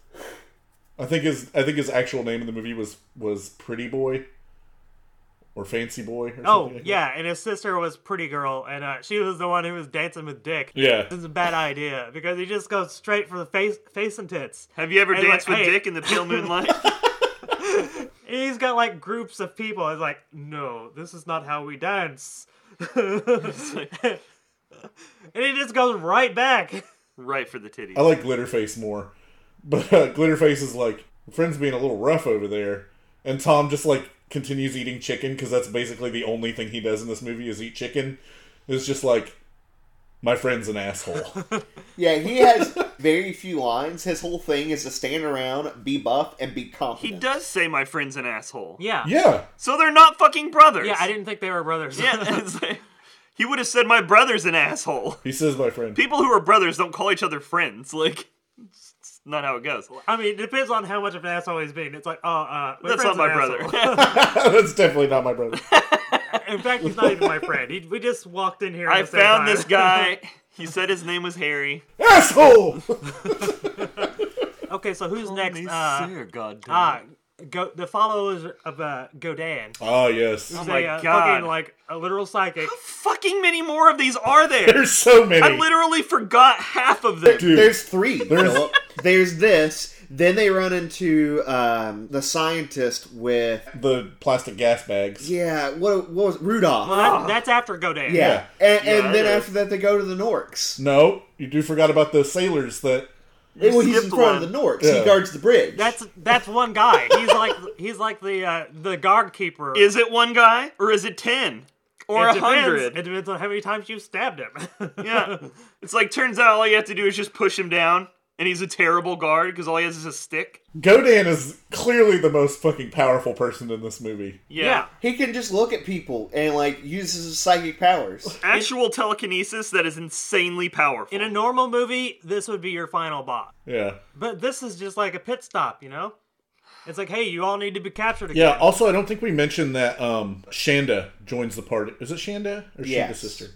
I think his I think his actual name in the movie was was Pretty Boy or Fancy Boy. Or
oh
something like that.
yeah, and his sister was pretty girl, and uh, she was the one who was dancing with Dick.
Yeah.
This is a bad idea because he just goes straight for the face, face and tits.
Have you ever
And
danced
like,
with
hey.
Dick in the pale moonlight?
And he's got like groups of people. It's like, no, this is not how we dance. and he just goes right back.
right for the titties.
I like Glitterface more. But uh, Glitterface is like, friend's being a little rough over there, and Tom just like continues eating chicken because that's basically the only thing he does in this movie is eat chicken. It's just like, my friend's an asshole.
Yeah, he has very few lines. His whole thing is to stand around, be buff, and be
He
confident.
does say my friend's an asshole.
Yeah.
yeah,
So they're not fucking brothers.
Yeah, I didn't think they were brothers.
Yeah, it's like, he would have said my brother's an asshole.
he says my friend.
People who are brothers don't call each other friends. Like, it's it's not how it goes.
I mean, it depends on how much of an asshole he's being. It's like, oh, uh, my
That's
friend's
not
an
my brother.
asshole.
that's definitely not my brother.
In fact, he's not even my friend. He, we just walked in here. at
I
the same
found
time.
this guy. He said his name was Harry.
asshole.
okay, so who's next?
Holy
Uh,
sir, God damn
uh,
it.
go, the followers of uh, Godan.
Oh yes,
Oh
my God.
Fucking, like a literal psychic.
Fucking many more of these are there.
there's so many.
I literally forgot half of them.
Dude.
There's three. Philip. There's this. Then they run into um, the scientist with
the plastic gas bags.
yeah. What, what was Rudolph?
Well, that, that's after Godan.
yeah. And, and
Yeah,
then
it is.
after that, they go to the Norks.
No, you do forgot about the sailors that
Well, he's in
skipped
front
one.
of the Norks.
Yeah.
He guards the bridge.
That's that's one guy. He's like he's like the uh, the guard keeper.
Is it one guy or is it ten or
it
a
depends. It
hundred?
depends on how many times you stabbed him.
Yeah. It's like turns out all you have to do is just push him down, and he's a terrible guard because all he has is a stick.
Godan is clearly the most fucking powerful person in this movie.
Yeah.
Yeah.
He can just look at people and like uses his psychic powers.
Actual telekinesis that is insanely powerful.
In a normal movie, this would be your final boss.
Yeah.
But this is just like a pit stop, you know? It's like, hey, you all need to be captured again.
Yeah, also I don't think we mentioned that um Shanda joins the party. Is it Shanda or
Yes.
Shanda's sister?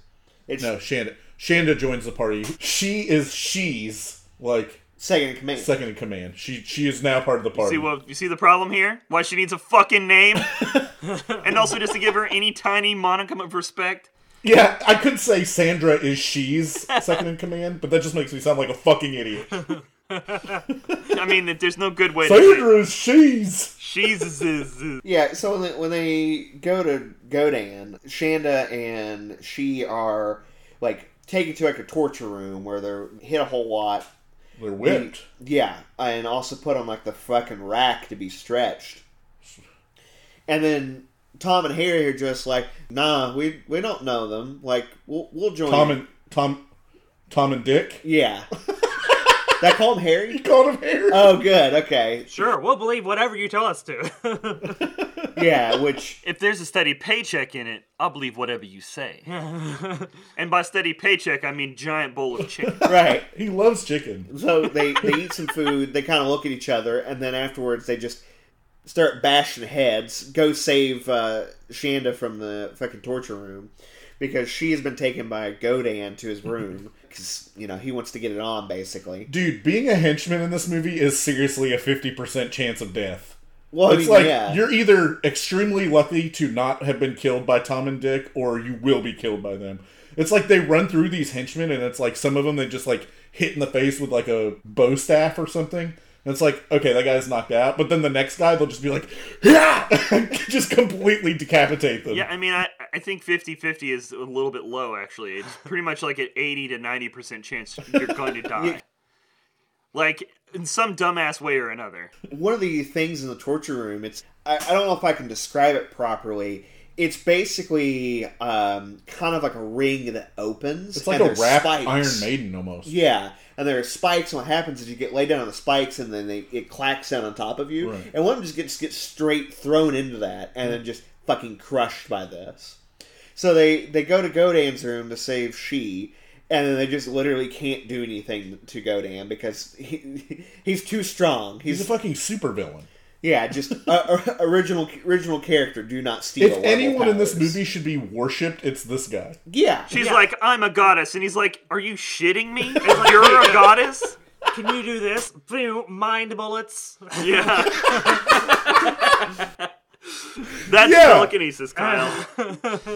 It's
No, Shanda. Shanda joins the party. She is she's like
second in command.
second in command. She she is now part of the party.
See what you see the problem here? Why she needs a fucking name? and also just to give her any tiny monicum of respect.
yeah, I could say Sandra is she's second in command, but that just makes me sound like a fucking idiot.
I mean, that there's no good way to say
Sandra is she's.
she's
Yeah, so when they, when they go to Godan, Shanda and she are like taken to like a torture room where they're hit a whole lot.
They're whipped.
Yeah, and also put on like the fucking rack to be stretched. And then Tom and Harry are just like, nah, we we don't know them. Like we'll we'll join.
Tom
you."
and Tom Tom and Dick.
yeah. Did I call him
You
Harry?
called him Harry.
Oh, good. Okay.
Sure, we'll believe whatever you tell us to.
Yeah, which
If there's a steady paycheck in it, I'll believe whatever you say. and by steady paycheck, I mean giant bowl of chicken.
right.
he loves chicken.
So they, they eat some food, they kind of look at each other, and then afterwards they just start bashing heads, go save uh, Shanda from the fucking torture room because she has been taken by Godan to his room because, you know, he wants to get it on basically.
Dude, being a henchman in this movie is seriously a 50% chance of death.
Well, I
It's
mean,
like
yeah.
you're either extremely lucky to not have been killed by Tom and Dick or you will be killed by them. It's like they run through these henchmen and it's like some of them they just like hit in the face with like a bow staff or something. And it's like, okay, that guy's knocked out, but then the next guy they'll just be like, yeah, just completely decapitate them.
Yeah, I mean, I, I think 50 50 is a little bit low, actually. It's pretty much like an 80 to 90% chance you're going to die. Like, in some dumbass way or another.
one of the things in the torture room it's i, I don't know if i can describe it properly it's basically um, kind of like a ring that opens
It's like
and
a
there's
wrapped
spikes.
Iron Maiden almost.
yeah and there are spikes and what happens is you get laid down on the spikes and then they, it clacks down on top of you
Right.
and one of them just gets, gets straight thrown into that and then just fucking crushed by this so they they go to godan's room to save she and then they just literally can't do anything to Godan because he, he's too strong.
He's a fucking supervillain.
Yeah, just uh, original original character. Do not steal.
If
level
anyone in this
powers.
movie should be worshipped, it's this guy.
yeah,
She's like, I'm a goddess. And he's like, Are you shitting me? You're a goddess?
Can you do this? Boom, Mind bullets.
Yeah. That's
Yeah.
telekinesis, Kyle.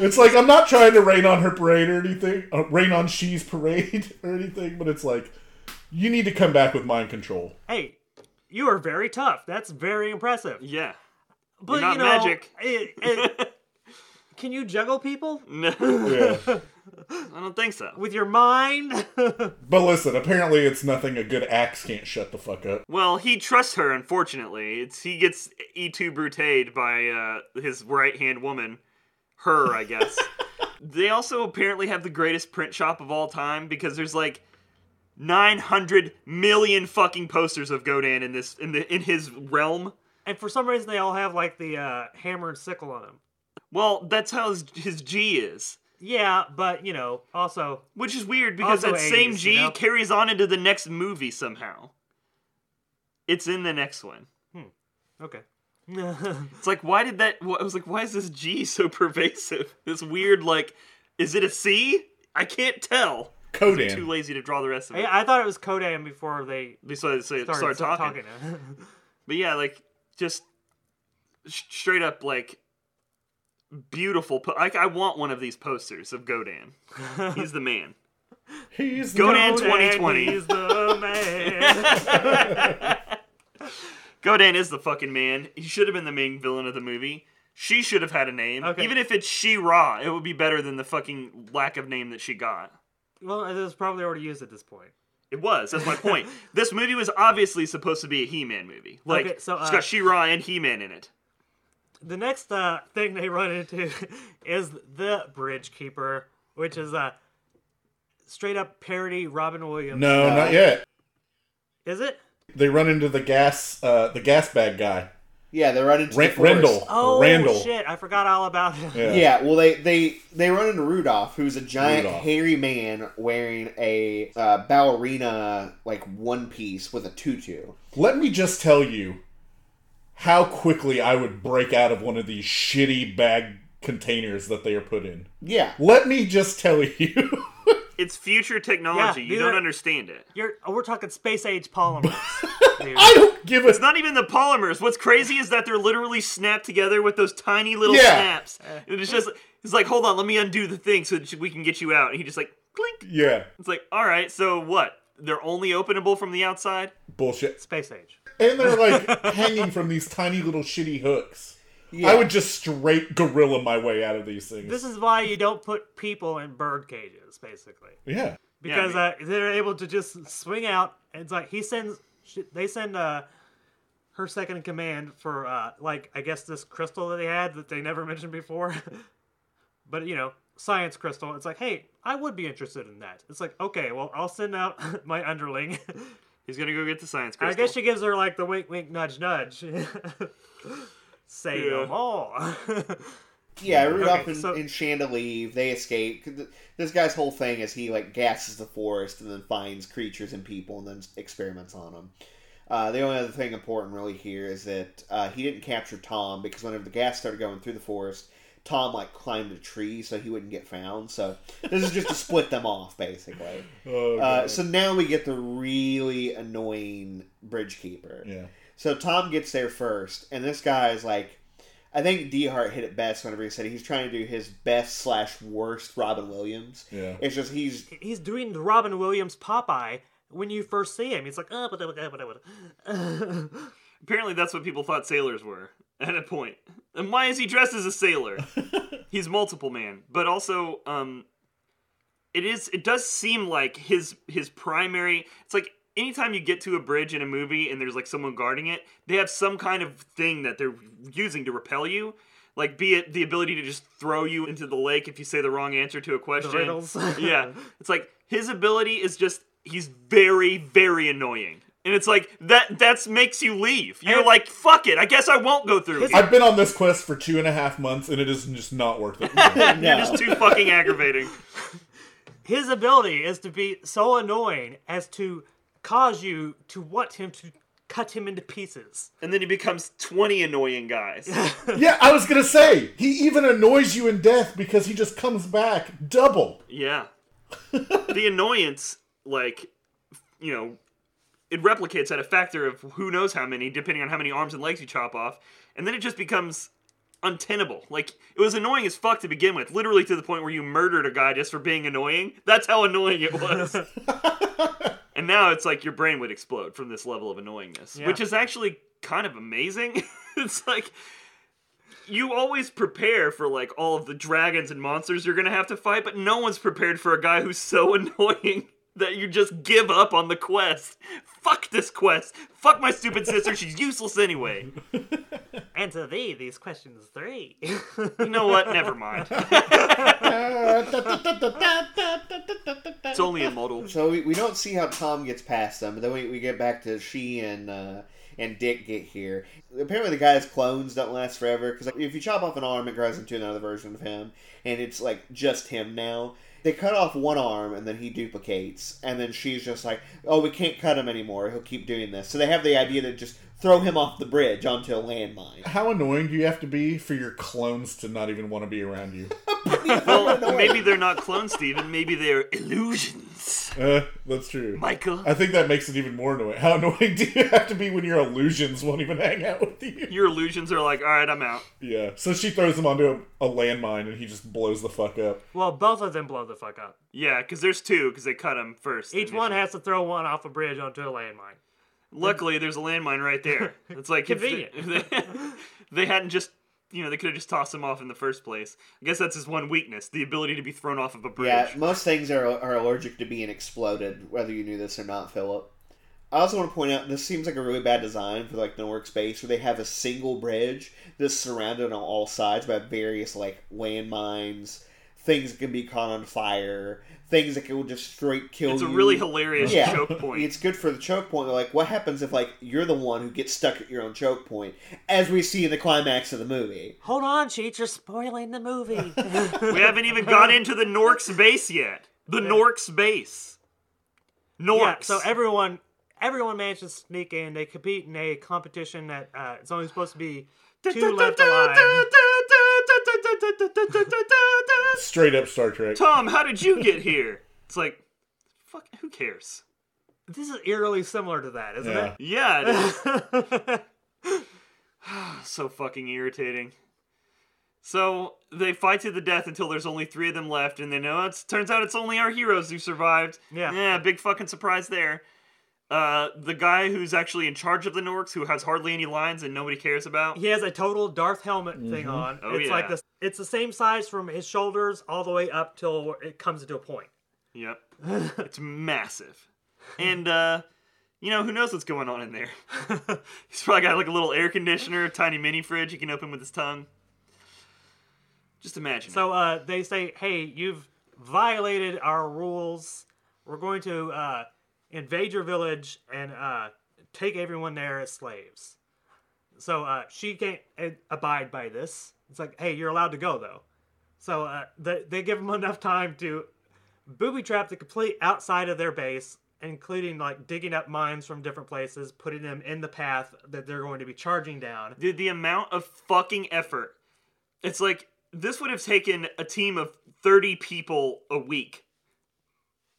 It's like I'm not trying to rain on her parade or anything, uh, rain on she's parade or anything, but it's like you need to come back with mind control.
Hey, you are very tough. That's very impressive.
yeah.
But
not
you know,
magic.
it- it- can you juggle people?
No.
Yeah.
I don't think so.
with your mind.
But listen, apparently it's nothing a good axe can't shut the fuck up.
Well, he trusts her. Unfortunately, it's he gets e two bruteed by uh, his right hand woman, her, I guess. they also apparently have the greatest print shop of all time because there's like nine hundred million fucking posters of Godan in this in the in his realm.
and for some reason, they all have like the uh, hammer and sickle on them.
Well, that's how his, his G is.
Yeah, but you know, also
Which is weird because
Also
that same
80s,
G
you know?
carries on into the next movie somehow. It's in the next one.
okay.
It's like why did that? wh- I was like, why is this G so pervasive? This weird like, is it a C? I can't tell. Too
Codan.
lazy to draw the rest of it.
I, I thought it was Kodan before they
Besides, say,
started,
start talking.
talking.
But yeah, like just sh- straight up like beautiful. Po- like I want one of these posters of Godan. He's the man.
He's
Conan
Kodan
2020.
is the man.
Godan is the fucking man. He should have been the main villain of the movie. She should have had a name.
Okay.
Even if it's She-Ra, it would be better than the fucking lack of name that she got.
well, it was probably already used at this point.
It was. That's my point. this movie was obviously supposed to be a He-Man movie. Like
Okay, so,
it's
uh,
got She-Ra and He-Man in it.
The next uh, thing they run into is the Bridge Keeper, which is a straight up parody Robin Williams.
No, not yet.
Is it?
They run into the gas, uh, the gas bag guy,
Yeah, they run into
Ren-
the forest.
Rendell.
Oh
Randall.
shit! I forgot all about it.
Yeah.
Yeah, well, they they they run into Rudolph, who's a giant
Rudolph.
hairy man wearing a uh, ballerina like one piece with a tutu.
Let me just tell you how quickly I would break out of one of these shitty bag containers that they are put in.
Yeah,
Let me just tell you.
It's future technology.
Yeah,
you
neither-
don't understand it.
You're, oh, we're talking space age polymers. dude.
I don't give a
It's not even the polymers. What's crazy is that they're literally snapped together with those tiny little
Yeah.
snaps.
Uh.
And it's just it's like, hold on, let me undo the thing so that we can get you out. And he just like clink.
yeah
It's like, all right, so what? They're only openable from the outside.
bullshit.
Space age.
And they're like hanging from these tiny little shitty hooks.
yeah.
I would just straight gorilla my way out of these things.
This is why you don't put people in bird cages, basically,
yeah.
because
Yeah,
uh, they're able to just swing out. And it's like he sends, she, they send uh, her second in command for uh, like I guess this crystal that they had that they never mentioned before, but you know science crystal. It's like, hey, I would be interested in that. It's like, okay, well, I'll send out my underling.
He's gonna go get the science
I
crystal.
guess she gives her like the wink, wink, nudge, nudge. Say
Yeah.
no more.
Yeah, Rudolph
Okay,
and,
so-
and Shanda leave. They escape. Th- This guy's whole thing is he like gasses the forest and then finds creatures and people and then experiments on them. Uh, the only other thing important really here is that uh, he didn't capture Tom because whenever the gas started going through the forest, Tom like climbed a tree so he wouldn't get found. So this is just to split them off basically.
Oh,
Uh,
God.
so now we get the really annoying bridge keeper.
yeah.
So Tom gets there first, and this guy is like, I think D Hart hit it best whenever he said he's trying to do his best slash worst Robin Williams.
Yeah.
It's just he's
he's doing the Robin Williams Popeye when you first see him. He's like, uh, but, uh, but, uh, but, uh, but.
Apparently, that's what people thought sailors were at a point. And why is he dressed as a sailor? He's multiple man, but also, um, it is. It does seem like his his primary. It's like anytime you get to a bridge in a movie and there's like someone guarding it, they have some kind of thing that they're using to repel you. Like be it the ability to just throw you into the lake if you say the wrong answer to a question.
riddles.
yeah, it's like his ability is just he's very very annoying. And it's like that that's makes you leave. You're
And-
like, fuck it, I guess I won't go through with it.
I've been on this quest for two and a half months, and it is just not worth it.
no.
It's too fucking aggravating.
His ability is to be so annoying as to cause you to want him to cut him into pieces.
And then he becomes twenty annoying guys.
yeah, I was gonna say he even annoys you in death because he just comes back double.
Yeah. the annoyance, like, you know, it replicates at a factor of who knows how many, depending on how many arms and legs you chop off, and then it just becomes untenable. Like, it was annoying as fuck to begin with, literally to the point where you murdered a guy just for being annoying. That's how annoying it was. and now it's like your brain would explode from this level of annoyingness,
Yeah.
which is actually kind of amazing. it's like. you always prepare for like all of the dragons and monsters you're gonna have to fight, but no one's prepared for a guy who's so annoying that you just give up on the quest. Fuck this quest. Fuck my stupid sister. She's useless anyway.
Answer thee these questions three.
You know what? Never mind.
Uh,
It's only a model.
So we, we don't see how Tom gets past them, but then we, we get back to she and uh, and Dick get here. Apparently, the guy's clones don't last forever because if you chop off an arm, it grows into another version of him, and it's like just him now. They cut off one arm and then he duplicates, and then she's just like, "Oh, we can't cut him anymore. He'll keep doing this." So they have the idea to just throw him off the bridge onto a landmine.
How annoying do you have to be for your clones to not even want to be around you?
Well, maybe they're not clones, Steven. Maybe they're illusions.
Uh, that's true.
Michael,
I think that makes it even more annoying. How annoying do you have to be when your illusions won't even hang out with you?
your illusions are like, all right, I'm out.
Yeah. So she throws him onto a, a landmine and he just blows the fuck up.
well, both of them blow the fuck up.
Yeah, because there's two, because they cut him first.
Each one has to throw one off a bridge onto a landmine.
Luckily, there's a landmine right there. It's like if they-
Convenient.
They, they hadn't just, you know, they could have just tossed him off in the first place. I guess that's his one weakness: the ability to be thrown off of a bridge.
Yeah, most things are, are allergic to being exploded, whether you knew this or not, Philip. I also want to point out this seems like a really bad design for like the workspace where they have a single bridge that's surrounded on all sides by various like landmines, things that can be caught on fire, things that can just straight kill
it's a
you.
really hilarious
Yeah.
choke point.
It's good for the choke point. Like, what happens if like you're the one who gets stuck at your own choke point, as we see in the climax of the movie?
Hold on, Cheech, you're spoiling the movie.
we haven't even got into the Norks base yet. The Norks base. Norks.
yeah, so everyone everyone managed to sneak in. They compete in a competition that uh, it's only supposed to be two left alive.
Straight up Star Trek.
Tom, how did you get here? It's like, fuck, who cares?
This is eerily similar to that, isn't
Yeah.
Yeah, it is.
it?
so fucking irritating. So they fight to the death until there's only three of them left, and they know it turns out it's only our heroes who survived.
Yeah.
yeah, big fucking surprise there. Uh, the guy who's actually in charge of the Norks, who has hardly any lines and nobody cares about.
he has a total Darth helmet thing on.
Oh,
it's like
yeah.
this. It's the same size from his shoulders all the way up till it comes to a point.
Yep, it's massive, and uh, you know who knows what's going on in there. He's probably got like a little air conditioner, a tiny mini fridge he can open with his tongue. Just imagine.
So uh, they say, "Hey, you've violated our rules. We're going to uh, invade your village and uh, take everyone there as slaves." So uh, she can't uh, abide by this. It's like, "Hey, you're allowed to go though." So uh, they they give them enough time to booby trap the complete outside of their base, including like digging up mines from different places, putting them in the path that they're going to be charging down.
Dude, the amount of fucking effort. It's like this would have taken a team of 30 people a week.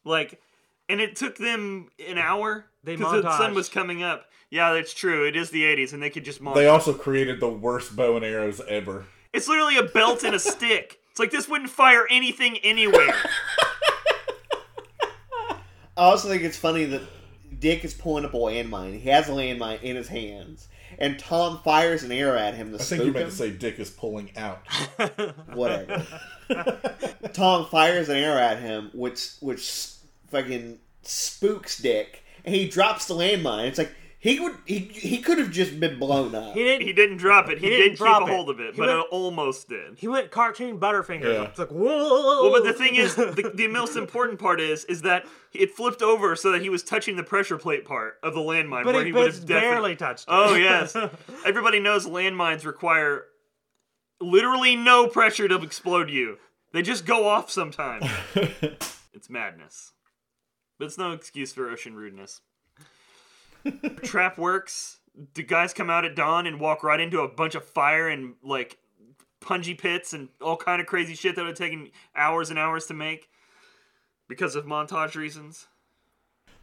Like, and it took them an hour
They
the sun
montaged.
was coming up. Yeah, that's true. It is the 80s, and they could just montage.
They also created the worst bow and arrows ever.
it's literally a belt and a stick. It's like this wouldn't fire anything anywhere.
I also think it's funny that Dick is pulling up a landmine. He has a landmine in his hands, and Tom fires an arrow at him to
I think
spook
you meant to
him.
say Dick is pulling out.
Whatever. Tom fires an arrow at him, which which s- fucking spooks Dick, and he drops the landmine. It's like he would he, he could have just been blown up.
He didn't
he didn't drop it. He,
didn't
did keep
drop
a
it.
hold of it,
He
but
went-
it almost did.
He went cartoon Butterfinger.
Yeah.
It's like whoa.
Well, but the thing is, the, the most important part is, is that it flipped over so that he was touching the pressure plate part of the landmine,
but
where
he,
he would
just
have
barely
definitely.
touched. It.
Oh yes, everybody knows landmines require literally no pressure to explode you. They just go off sometimes. it's madness, but it's no excuse for ocean rudeness. Trap works. The guys come out at dawn and walk right into a bunch of fire and like punji pits and all kind of crazy shit that would have taken hours and hours to make because of montage reasons.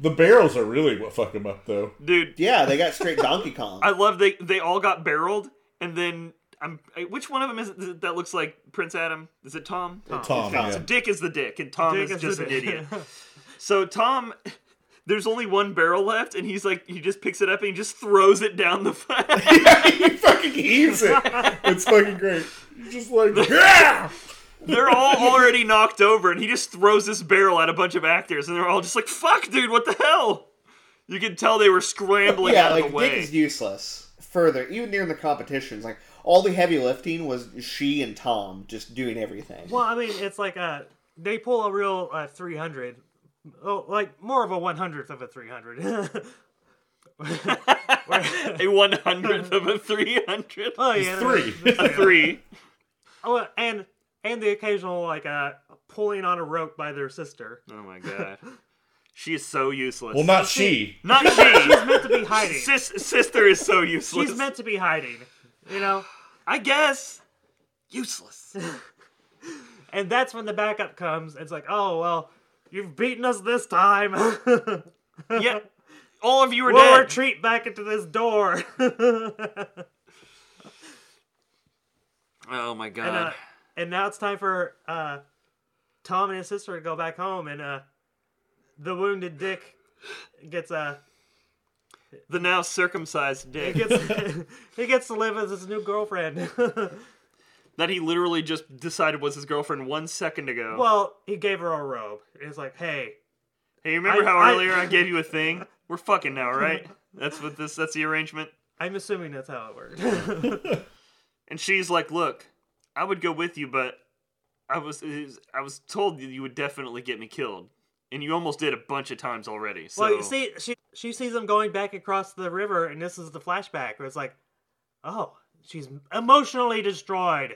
The barrels are really what fuck him up, though.
Dude,
yeah, they got straight Donkey Kong.
I love they they all got barreled, and then I'm I- which one of them is it that looks like Prince Adam? Is it Tom?
Tom,
Tom.
yeah.
Dick is the dick, and Tom
Dick
is
is
just
the
an
dick.
idiot. So Tom, there's only one barrel left, and he's like, he just picks it up and he just throws it down the fire.
he fucking heaves it. It's fucking great. He's just like, yeah!
they're all already knocked over, and he just throws this barrel at a bunch of actors, and they're all just like, "Fuck, dude, what the hell?" You could tell they were scrambling
yeah,
out
like
of the way.
Dick is useless. Further, even during the competitions, like all the heavy lifting was she and Tom just doing everything.
Well, I mean, it's like uh they pull a real uh, 300, oh, like more of a 100th of a 300.
a one hundredth of a three hundred,
oh yeah,
Three.
a three.
Oh, and and the occasional like uh pulling on a rope by their sister.
Oh my god, she is so useless.
well, not she.
not she.
She's meant to be hiding.
Sis, sister is so useless.
She's meant to be hiding. You know.
I guess useless.
And that's when the backup comes. It's like, oh well, you've beaten us this time.
yeah, all of you are
we'll
dead.
retreat back into this door.
oh my god.
and, uh, and now it's time for uh, Tom and his sister to go back home, and uh, the wounded Dick gets uh,
the now circumcised dick
gets he gets to live as his new girlfriend.
that he literally just decided was his girlfriend one second ago.
well, he gave her a robe. It's like, hey,
Hey, you remember
I-
how
I-
earlier I gave you a thing? We're fucking now, right? That's what this. That's the arrangement.
I'm assuming that's how it worked.
And she's like, "Look, I would go with you, but I was it was- I was told that you would definitely get me killed, and you almost did a bunch of times already. So
Well, you see, she she sees him going back across the river, and this is the flashback where it's like, oh, she's emotionally destroyed.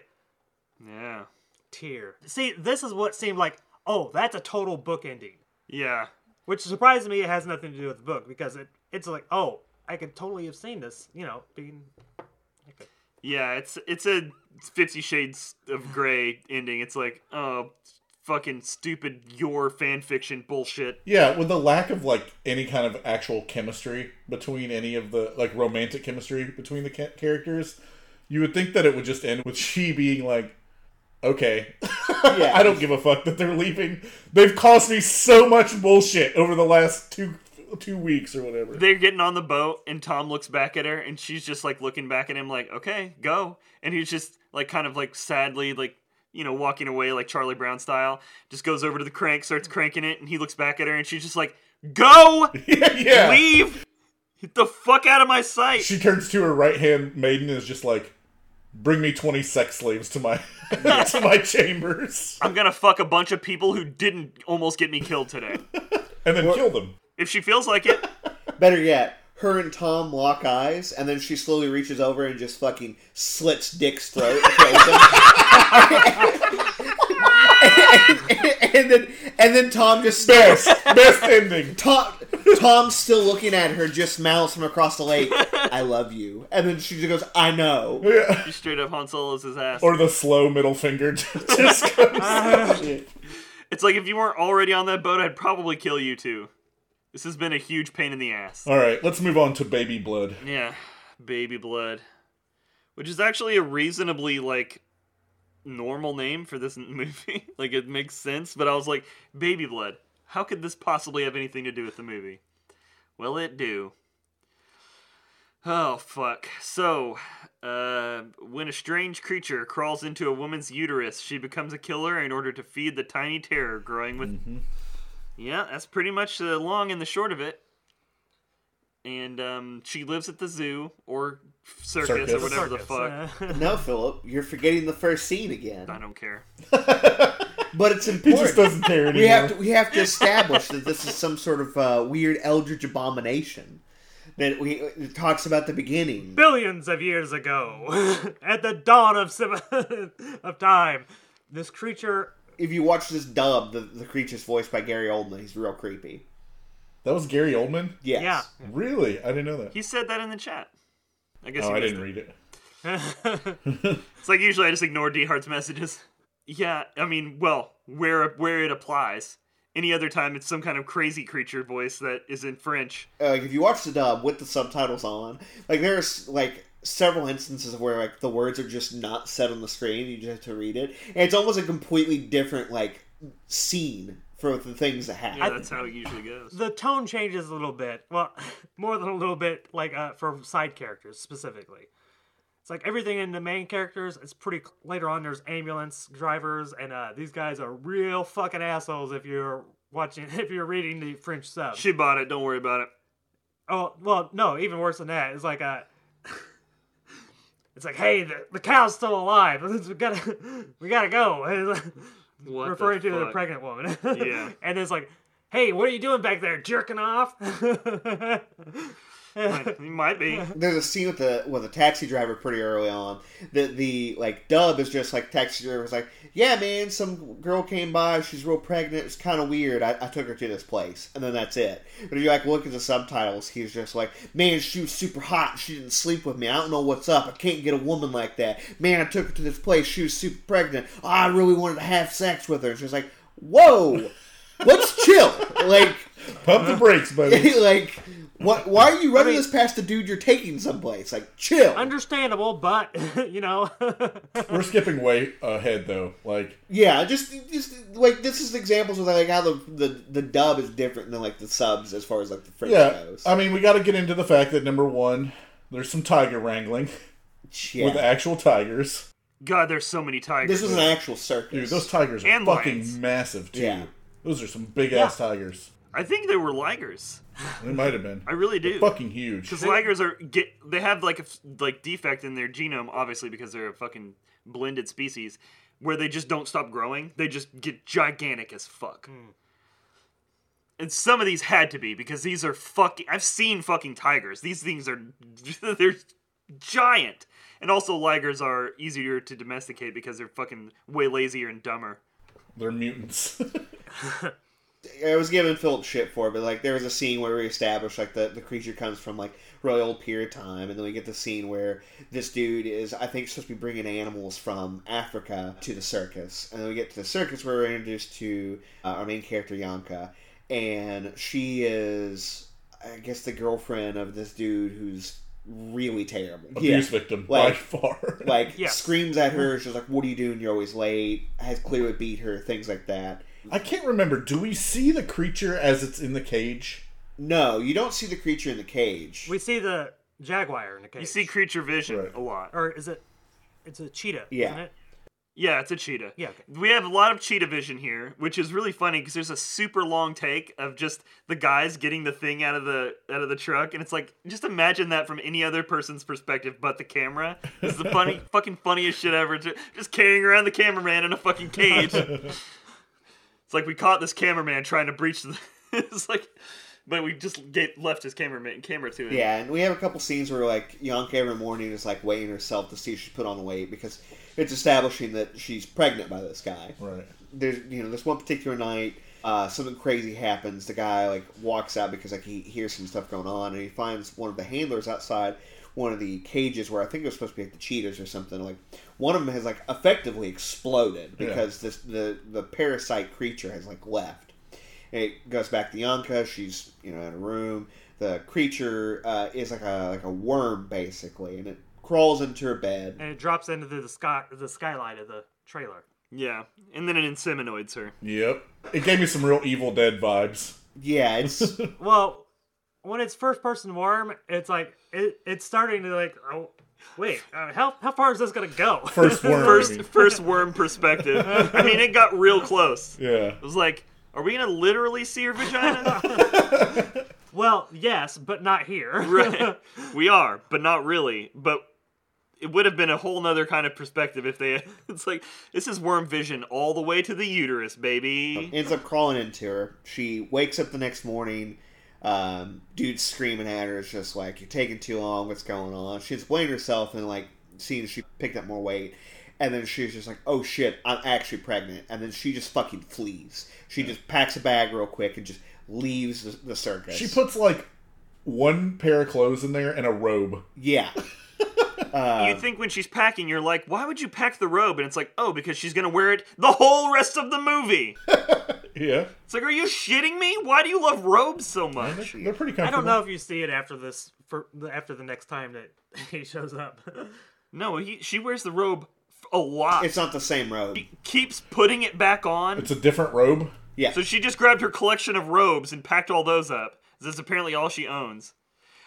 yeah,
Tear. See, this is what seemed like, oh, that's a total book ending,
yeah,
which surprised me. It has nothing to do with the book because it it's like, oh, I could totally have seen this, you know, being
yeah. It's it's a Fifty Shades of Grey ending. It's like, oh, fucking stupid your fan fiction bullshit.
Yeah, with the lack of like any kind of actual chemistry between any of the like romantic chemistry between the ca- characters, you would think that it would just end with she being like, "Okay,
Yeah.
I don't give a fuck that they're leaving. They've caused me so much bullshit over the last two two weeks or whatever."
They're getting on the boat, and Tom looks back at her, and she's just like looking back at him, like, okay, go. And he's just like kind of like sadly, like, you know, walking away, like Charlie Brown style. Just goes over to the crank, starts cranking it, and he looks back at her, and she's just like, go,
yeah,
leave, get the fuck out of my sight.
she turns to her right hand maiden and is just like, "Bring me twenty sex slaves to my to my chambers,
I'm gonna fuck a bunch of people who didn't almost get me killed today.
and then kill them."
if she feels like it,
Better yet, her and Tom lock eyes, and then she slowly reaches over and just fucking slits Dick's throat. And, kills him. and, and then, and then Tom just
Best best ending.
Tom, Tom's still looking at her, just mouths from across the lake. I love you, and then she just goes, "I know."
Yeah.
she straight up Han Solo's his ass.
Or the slow middle finger just goes.
it's like if you weren't already on that boat, I'd probably kill you too. This has been a huge pain in the ass.
All right, let's move on to baby blood.
Yeah, baby blood, which is actually a reasonably like normal name for this movie. like it makes sense, but I was like, baby blood. How could this possibly have anything to do with the movie? Well, it do. Oh fuck. So, uh, when a strange creature crawls into a woman's uterus, she becomes a killer in order to feed the tiny terror growing with.
Mm-hmm.
Yeah, that's pretty much the long and the short of it and um, she lives at the zoo or circus, or
Circus.
whatever the fuck.
Uh,
No, Philip, you're forgetting the first scene again.
I don't care.
But it's
He
important.
just doesn't care anymore.
we have to we have to establish that this is some sort of uh, weird eldritch abomination that we it talks about the beginning.
billions of years ago, at the dawn of civ- of time, this creature.
If you watch this dub, the, the creature's voiced by Gary Oldman. He's real creepy.
that was Gary Oldman.
Yes.
Yeah.
Really, I didn't know that.
He said that in the chat. I guess
Oh,
he
I
missed
didn't
it.
read it.
It's like usually I just ignore D Hart's messages. Yeah, I mean, well, where where it applies. Any other time, it's some kind of crazy creature voice that is in French.
Uh, like, if you watch the dub with the subtitles on, like there's like several instances where like the words are just not said on the screen. You just have to read it, and it's almost a completely different like scene for the things that happen.
Yeah, that's how it usually goes.
the tone changes a little bit. Well, more than a little bit, like uh, for side characters specifically. It's like everything in the main characters. It's pretty cl- later on. There's ambulance drivers, and uh, these guys are real fucking assholes. If you're watching, if you're reading the French sub.
She bought it. Don't worry about it.
Oh well, no, even worse than that. It's like a. It's like, hey, the, the cow's still alive. We gotta, we gotta go. And it's like-
What
referring
the
to the
fuck?
pregnant woman.
Yeah.
and it's like, hey, what are you doing back there, jerking off?
He might be.
there's a scene with the with a taxi driver pretty early on that the like dub is just like taxi driver's like yeah man some girl came by she's real pregnant it's kind of weird I, I took her to this place and then that's it but if you like look at the subtitles he's just like man she was super hot she didn't sleep with me I don't know what's up I can't get a woman like that man I took her to this place she was super pregnant oh, I really wanted to have sex with her and she's like whoa let's chill like
Pump the brakes, buddy.
like, what? Why are you running
mean-
this past the dude you're taking someplace? Like, chill.
Understandable, but you know,
We're skipping way ahead though. Like
yeah, just, just like this is examples of like how the, the the dub is different than like the subs as far as like the French
yeah,
goes.
I mean we got to get into the fact that number one, there's some tiger wrangling
Yeah.
with actual tigers.
God, there's so many tigers.
this was an actual circus.
Dude, those tigers are
And
fucking
lions.
massive too.
Yeah.
Those are some big ass tigers.
I think they were ligers.
They might have been.
I really do.
fucking huge.
Because ligers are get they have like a f- like defect in their genome, obviously because they're a fucking blended species, where they just don't stop growing. They just get gigantic as fuck. And some of these had to be because these are fucking. I've seen fucking tigers. These things are they're giant. And also ligers are easier to domesticate because they're fucking way lazier and dumber.
They're mutants.
I was giving Philip shit for, it, but like there was a scene where we established like the, the creature comes from like really old period time, and then we get the scene where this dude is I think supposed to be bringing animals from Africa to the circus, and then we get to the circus where we're introduced to uh, our main character Yanka, and she is I guess the girlfriend of this dude who's really terrible.
Abuse victim by
Like-
far.
Like
Yes.
screams at her, she's like, "What are you doing? You're always late." Has clearly beat her, things like that.
I can't remember. Do we see the creature as it's in the cage?
No, you don't see the creature in the cage.
we see the jaguar in the case.
You see creature vision
Right.
a lot.
or is it? It's a cheetah,
Yeah.
isn't it?
Yeah, it's a cheetah.
Yeah, okay.
We have a lot of cheetah vision here, which is really funny because there's a super long take of just the guys getting the thing out of the out of the truck, and it's like just imagine that from any other person's perspective but the camera. This is the funny, fucking funniest shit ever. ju- Just carrying around the cameraman in a fucking cage. it's like we caught this cameraman trying to breach the. it's like, but we just get, left his cameraman camera to him.
Yeah, and we have a couple scenes where like Yonka every morning is like weighing herself to see if she's put on weight because it's establishing that she's pregnant by this guy.
Right.
There's you know this one particular night, uh, something crazy happens. The guy like walks out because like he hears some stuff going on, and he finds one of the handlers outside one of the cages where I think it was supposed to be like the cheetahs or something. Like one of them has like effectively exploded
Yeah.
because this the the parasite creature has like left. It goes back to Yanka. She's you know in a room. The creature uh, is like a like a worm basically, and it crawls into her bed.
And it drops into the sky, the skylight of the trailer.
yeah. And then it inseminoids her.
Yep. It gave me some real Evil Dead vibes.
Yeah, it's
Well, when it's first person worm, it's like it, it's starting to like, oh, wait, uh, how how far is this gonna go?
First worm.
First, first worm perspective. I mean, it got real close.
Yeah.
I was like, are we gonna literally see her vagina?
well, yes, but not here.
right. We are, but not really. But it would have been a whole nother kind of perspective if they. It's like this is worm vision all the way to the uterus, baby.
ends up crawling into her. She wakes up the next morning. Um, dude's screaming at her. It's just like, you're taking too long. What's going on? She's blaming herself and like seeing she picked up more weight. And then she's just like, oh shit, I'm actually pregnant. And then she just fucking flees. She just packs a bag real quick and just leaves the, the circus.
She puts like one pair of clothes in there and a robe.
yeah.
you think when she's packing, you're like, why would you pack the robe? And it's like, oh, because she's gonna wear it the whole rest of the movie.
Yeah.
It's like, are you shitting me? Why do you love robes so much?
They're pretty comfortable.
I don't know if you see it after this for after the next time that he shows up.
No, he, she wears the robe a lot.
It's not the same road.
keeps putting it back on.
It's a different robe.
Yeah.
So she just grabbed her collection of robes and packed all those up. That's apparently all she owns.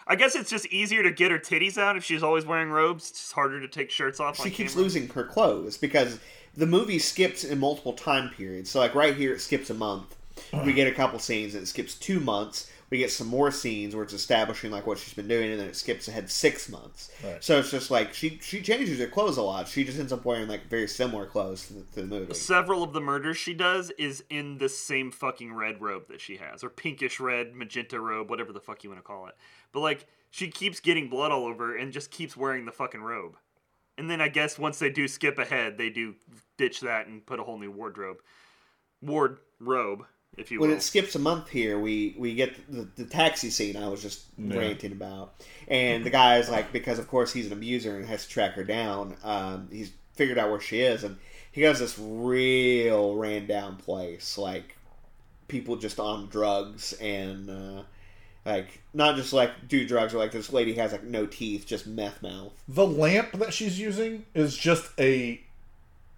I guess it's just easier to get her titties out if she's always wearing robes. It's just harder to take shirts off.
she
on
keeps
camera.
losing her clothes because the movie skips in multiple time periods. So, like right here, it skips a month. We get a couple scenes, and it skips two months. We get some more scenes where it's establishing like what she's been doing, and then it skips ahead six months.
Right.
So it's just like she she changes her clothes a lot. She just ends up wearing like very similar clothes to the, to the movie.
Several of the murders she does is in this same fucking red robe that she has, or pinkish red, magenta robe, whatever the fuck you want to call it. But like, she keeps getting blood all over and just keeps wearing the fucking robe. And then I guess once they do skip ahead, they do ditch that and put a whole new wardrobe, wardrobe, if you
when
will.
it skips a month here, we we get the, the taxi scene I was just
Yeah.
ranting about, and the guy is like, because of course he's an abuser and has to track her down. Um, he's figured out where she is, and he goes to this real ran down place, like people just on drugs and uh, like not just like do drugs, but like this lady has like no teeth, just meth mouth.
The lamp that she's using is just a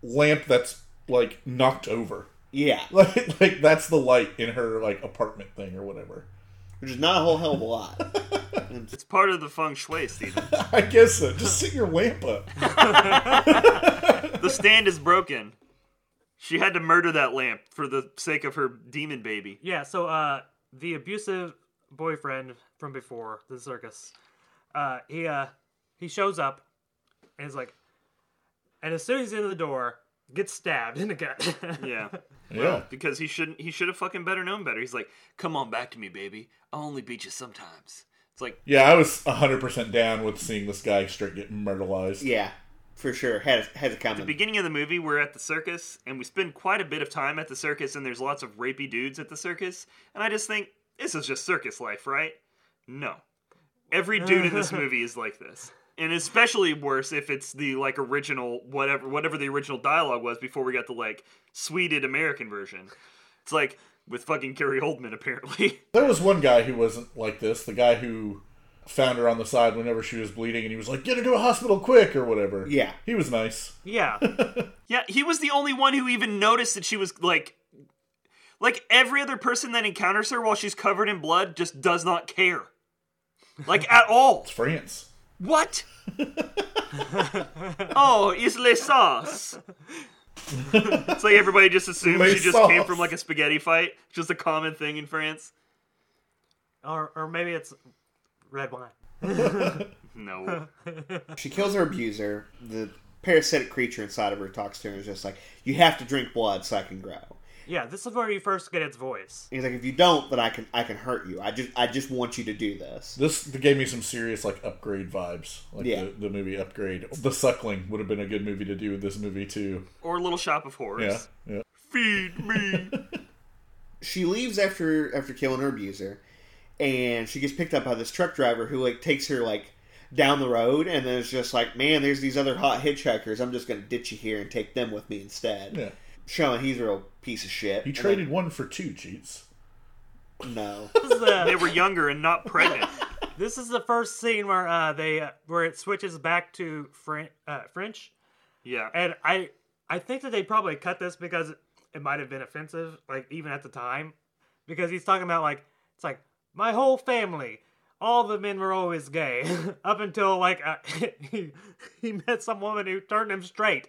lamp that's like knocked over.
Yeah,
Like like that's the light in her like apartment thing or whatever.
which is not a whole hell of a lot.
It's part of the feng shui, Steven.
I guess so. Just sit your lamp up.
the stand is broken. She had to murder that lamp for the sake of her demon baby.
Yeah, so uh the abusive boyfriend from before, the circus, uh he uh he shows up and is like and as soon as he's in the door, gets stabbed in the gut.
Yeah.
Yeah.
because he shouldn't he should have fucking better known better. He's like, "Come on back to me, baby. I only beat you sometimes." It's like
Yeah, I was 100% down with seeing this guy straight get myrtleized.
yeah, for sure has has
the
it coming.
beginning of the movie, we're at the circus and we spend quite a bit of time at the circus and there's lots of rapey dudes at the circus, and I just think this is just circus life, right? No. Every dude in this movie is like this. And especially worse if it's the like original whatever whatever the original dialogue was before we got the like sweeted American version. It's like with fucking Gary Oldman apparently.
There was one guy who wasn't like this. The guy who found her on the side whenever she was bleeding and he was like, get her to a hospital quick or whatever.
Yeah.
He was nice.
yeah.
Yeah, he was the only one who even noticed that she was like like every other person that encounters her while she's covered in blood just does not care. Like at all.
It's France.
What? oh, is les sauce. it's like everybody just assumes
Les
she just came
sauce.
from like a spaghetti fight. Just a common thing in France.
Or or maybe it's red wine.
No.
She kills her abuser. The parasitic creature inside of her talks to her and is just like, "You have to drink blood so I can grow." And
Yeah, this is where you first get its voice.
he's like, "If you don't, then I can I can hurt you. I just I just want you to do this."
This gave me some serious like upgrade vibes. Like
Yeah.
the, the movie Upgrade. The Suckling would have been a good movie to do with this movie too.
or Little Shop of
Yeah.
Horrors.
Yeah.
Feed me.
She leaves after after killing her abuser, and she gets picked up by this truck driver who like takes her like down the road and then it's just like, "Man, there's these other hot hitchhikers. I'm just gonna ditch you here and take them with me instead."
Yeah.
Showing he's a real piece of shit.
He
And
traded one for two, cheats.
then- no.
This is the
they were younger and not pregnant.
This is the first scene where uh, they uh, where it switches back to Fran- uh, French,
Yeah.
and I I think that they probably cut this because it might have been offensive, like even at the time, because he's talking about like it's like my whole family, all the men were always gay up until like uh, he he met some woman who turned him straight.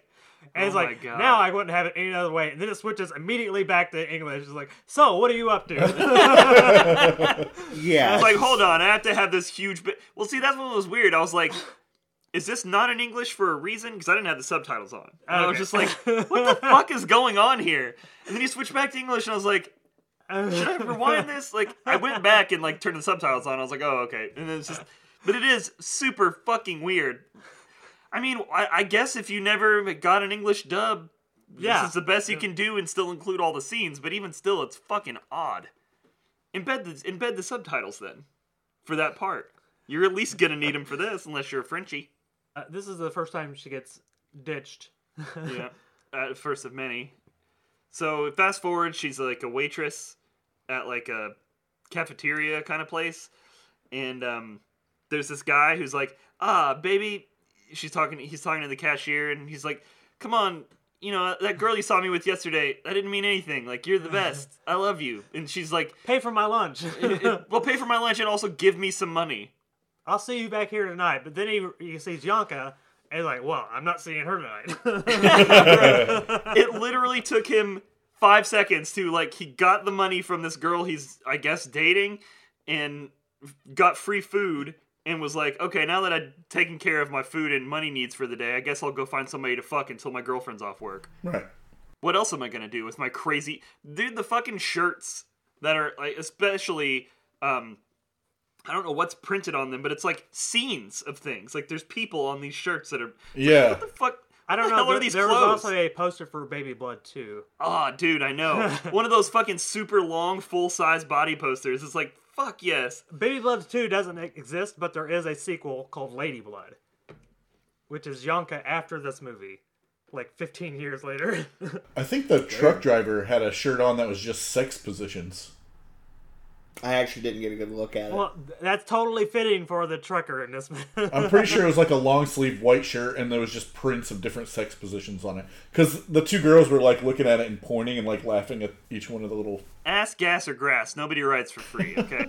And it's
Oh my
like,
God.
now I wouldn't have it any other way. And then it switches immediately back to English. It's like, so what are you up to?
Yeah.
It's like, hold on, I have to have this huge bit. Well, see, that's what was weird. I was like, is this not in English for a reason? Because I didn't have the subtitles on. And I was
Okay.
just like, what the fuck is going on here? And then you switch back to English, and I was like, should I rewind this? Like, I went back and like turned the subtitles on. I was like, oh, okay. And then it's just, but it is super fucking weird. I mean, I, I guess if you never got an English dub,
Yeah.
this is the best you can do and still include all the scenes. But even still, it's fucking odd. Embed the embed the subtitles then for that part. You're at least gonna need them for this, unless you're a Frenchie.
Uh, this is the first time she gets ditched.
Yeah, uh, first of many. So fast forward, she's like a waitress at like a cafeteria kind of place, and um, there's this guy who's like, "Ah, baby," she's talking. He's talking to the cashier, and he's like, "Come on, you know, that girl you saw me with yesterday, that didn't mean anything. Like, you're the best. I love you. And she's like,
Pay for my lunch.
well, pay for my lunch and also give me some money.
I'll see you back here tonight. But then he he sees Yonka and he's like, well, I'm not seeing her tonight.
It literally took him five seconds to, like, he got the money from this girl he's, I guess, dating and got free food and was like, okay, now that I've taken care of my food and money needs for the day, I guess I'll go find somebody to fuck until my girlfriend's off work.
Right.
what else am I gonna do with my crazy dude? The fucking shirts that are like, especially, um, I don't know what's printed on them, but it's like scenes of things. Like there's people on these shirts that are
Yeah.
what the fuck.
I don't
what
know.
the Hell
There,
are these
there
clothes?
was also a poster for Baby Blood too.
Ah, dude, I know. One of those fucking super long, full size body posters. It's like fuck yes.
Baby Blood 2 doesn't e- exist, but there is a sequel called Lady Blood, which is Yonka after this movie, like 15 years later.
I think the truck driver had a shirt on that was just sex positions.
I actually didn't get a good look at it.
well, th- that's totally fitting for the trucker in this movie.
I'm pretty sure it was like a long sleeve white shirt, and there was just prints of different sex positions on it. Because the two girls were like looking at it and pointing and like laughing at each one of the little.
Ass, gas, or grass. Nobody writes for free. Okay.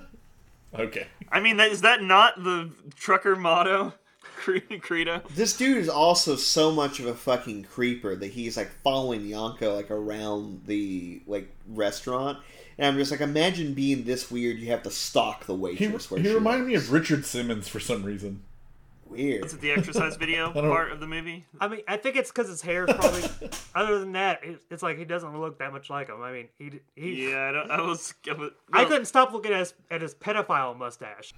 Okay.
I mean, that, is that not the trucker motto? Cre- Credo.
This dude is also so much of a fucking creeper that he's like following Yonko like around the like restaurant, and I'm just like, imagine being this weird. You have to stalk the
He,
waitress. where
he
she
reminded me
works.
of Richard Simmons for some reason.
weird.
Is it the exercise video
don't-
part of the movie?
I mean, I think it's because his hair is probably. other than that, it- it's like he doesn't look that much like him. I mean, he. d- he
Yeah, I, don't, I was. I, was,
I couldn't stop looking at his, at his pedophile mustache.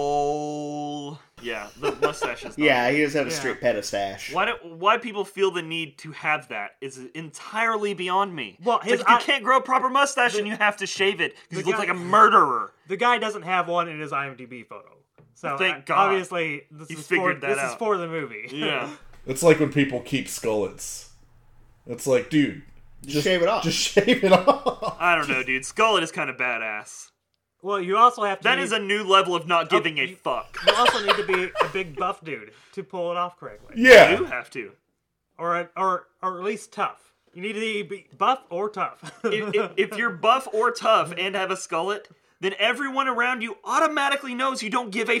Mole. Yeah, the mustache is. Not.
Yeah, he does have a
Yeah.
straight pedistache.
Why do why people feel the need to have that is entirely beyond me.
Well,
It's
his
like, you
eye-
can't grow a proper mustache and you have to shave it because you look
guy-
like a murderer.
The guy doesn't have one in his IMDb photo. So
Thank
I-
God.
obviously this
He
is for
figured that
this is
out.
for the movie.
Yeah,
It's like when people keep skullets. It's like, dude, just
shave it off.
Just shave it off.
I don't know, dude. Skullet is kind of badass.
Well, you also have to.
That
be-
is a new level of not giving
Oh,
a
you-
fuck.
You also need to be a big buff dude to pull it off correctly,
You do
Yeah.
have to.
or a- or or at least tough. You need to be buff or tough.
If, if, if you're buff or tough and have a skullet, then everyone around you automatically knows you don't give a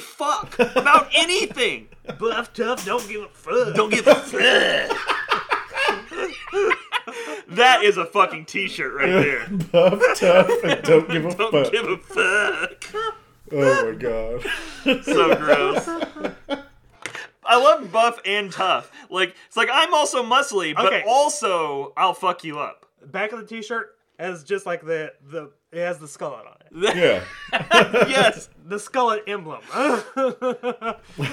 fuck about anything.
buff, tough, don't give a fuck.
Don't give a that is a fucking t-shirt right there.
Buff, tough, and don't give a
Don't
fuck.
give a fuck.
Oh my god.
So gross. I love buff and tough. Like it's like I'm also muscly, but
Okay.
also I'll fuck you up.
Back of the t-shirt has just like the the it has the skullet on it,
Yeah.
Yes,
the skullet emblem.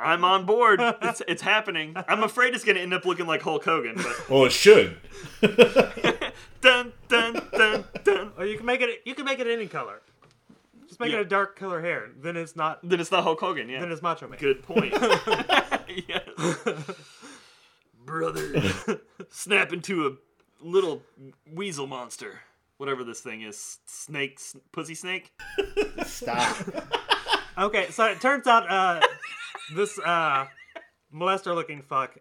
I'm on board. It's it's happening. I'm afraid it's gonna end up looking like Hulk Hogan, but
Well, it should.
dun dun dun dun.
or you can make it you can make it any color. Just make
Yeah.
it a dark color hair. Then it's not.
Then it's not Hulk Hogan. Yeah.
Then it's Macho Man.
Good point. yes. Brother. Snap into a little weasel monster. Whatever this thing is. Snake, s- pussy snake?
Stop.
Okay, so it turns out uh, this uh, molester-looking fuck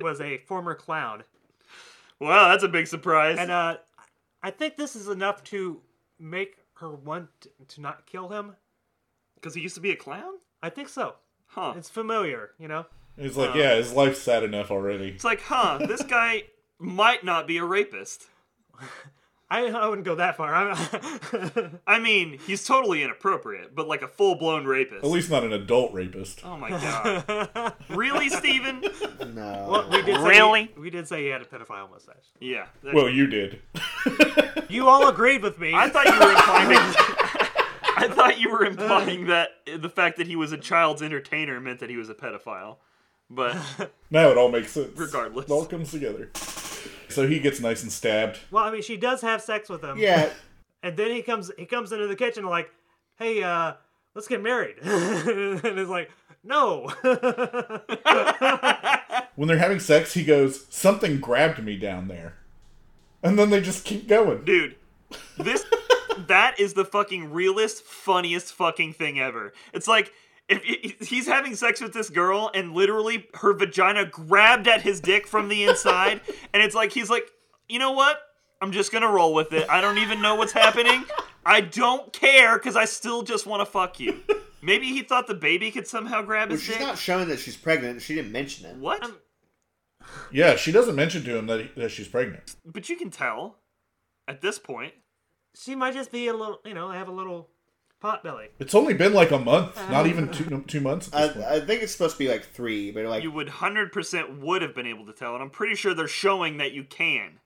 was a former clown.
Wow, that's a big surprise.
And uh, I think this is enough to make her want to not kill him.
Because he used to be a clown?
I think so.
Huh.
It's familiar, you know.
It's
Uh.
like, yeah, his life's sad enough already.
It's like, huh, this guy might not be a rapist.
I, I wouldn't go that far. I'm,
I mean, he's totally inappropriate, but like a full blown rapist.
At least not an adult rapist.
Oh my god. really, Steven?
No.
we did say
Really?
He, we did say he had a pedophile mustache.
Yeah. that-
Well, you did.
You all agreed with me.
I thought you were implying. I thought you were implying that the fact that he was a child's entertainer meant that he was a pedophile. But
Now it all makes sense.
Regardless.
It all comes together. So he gets nice and stabbed.
well, I mean, she does have sex with him.
yeah,
And then he comes he comes into the kitchen like, "Hey, uh, let's get married." and it's like, "No."
When they're having sex, he goes, Something grabbed me down there. And then they just keep going.
dude, this that is the fucking realest, funniest fucking thing ever. It's like if he- he's having sex with this girl and literally her vagina grabbed at his dick from the inside and it's like he's like you know what i'm just gonna roll with it i don't even know what's happening i don't care because i still just want to fuck you maybe he thought the baby could somehow grab
Well,
his
she's
dick
not showing that she's pregnant. She didn't mention it.
what
Yeah, she doesn't mention to him that, he, that she's pregnant.
but you can tell at this point
She might just be a little, you know, have a little pot belly.
It's only been like a month, not even two two months. At this point.
I, I think it's supposed to be like three, but like
you would 100% would have been able to tell and i'm pretty sure they're showing that you can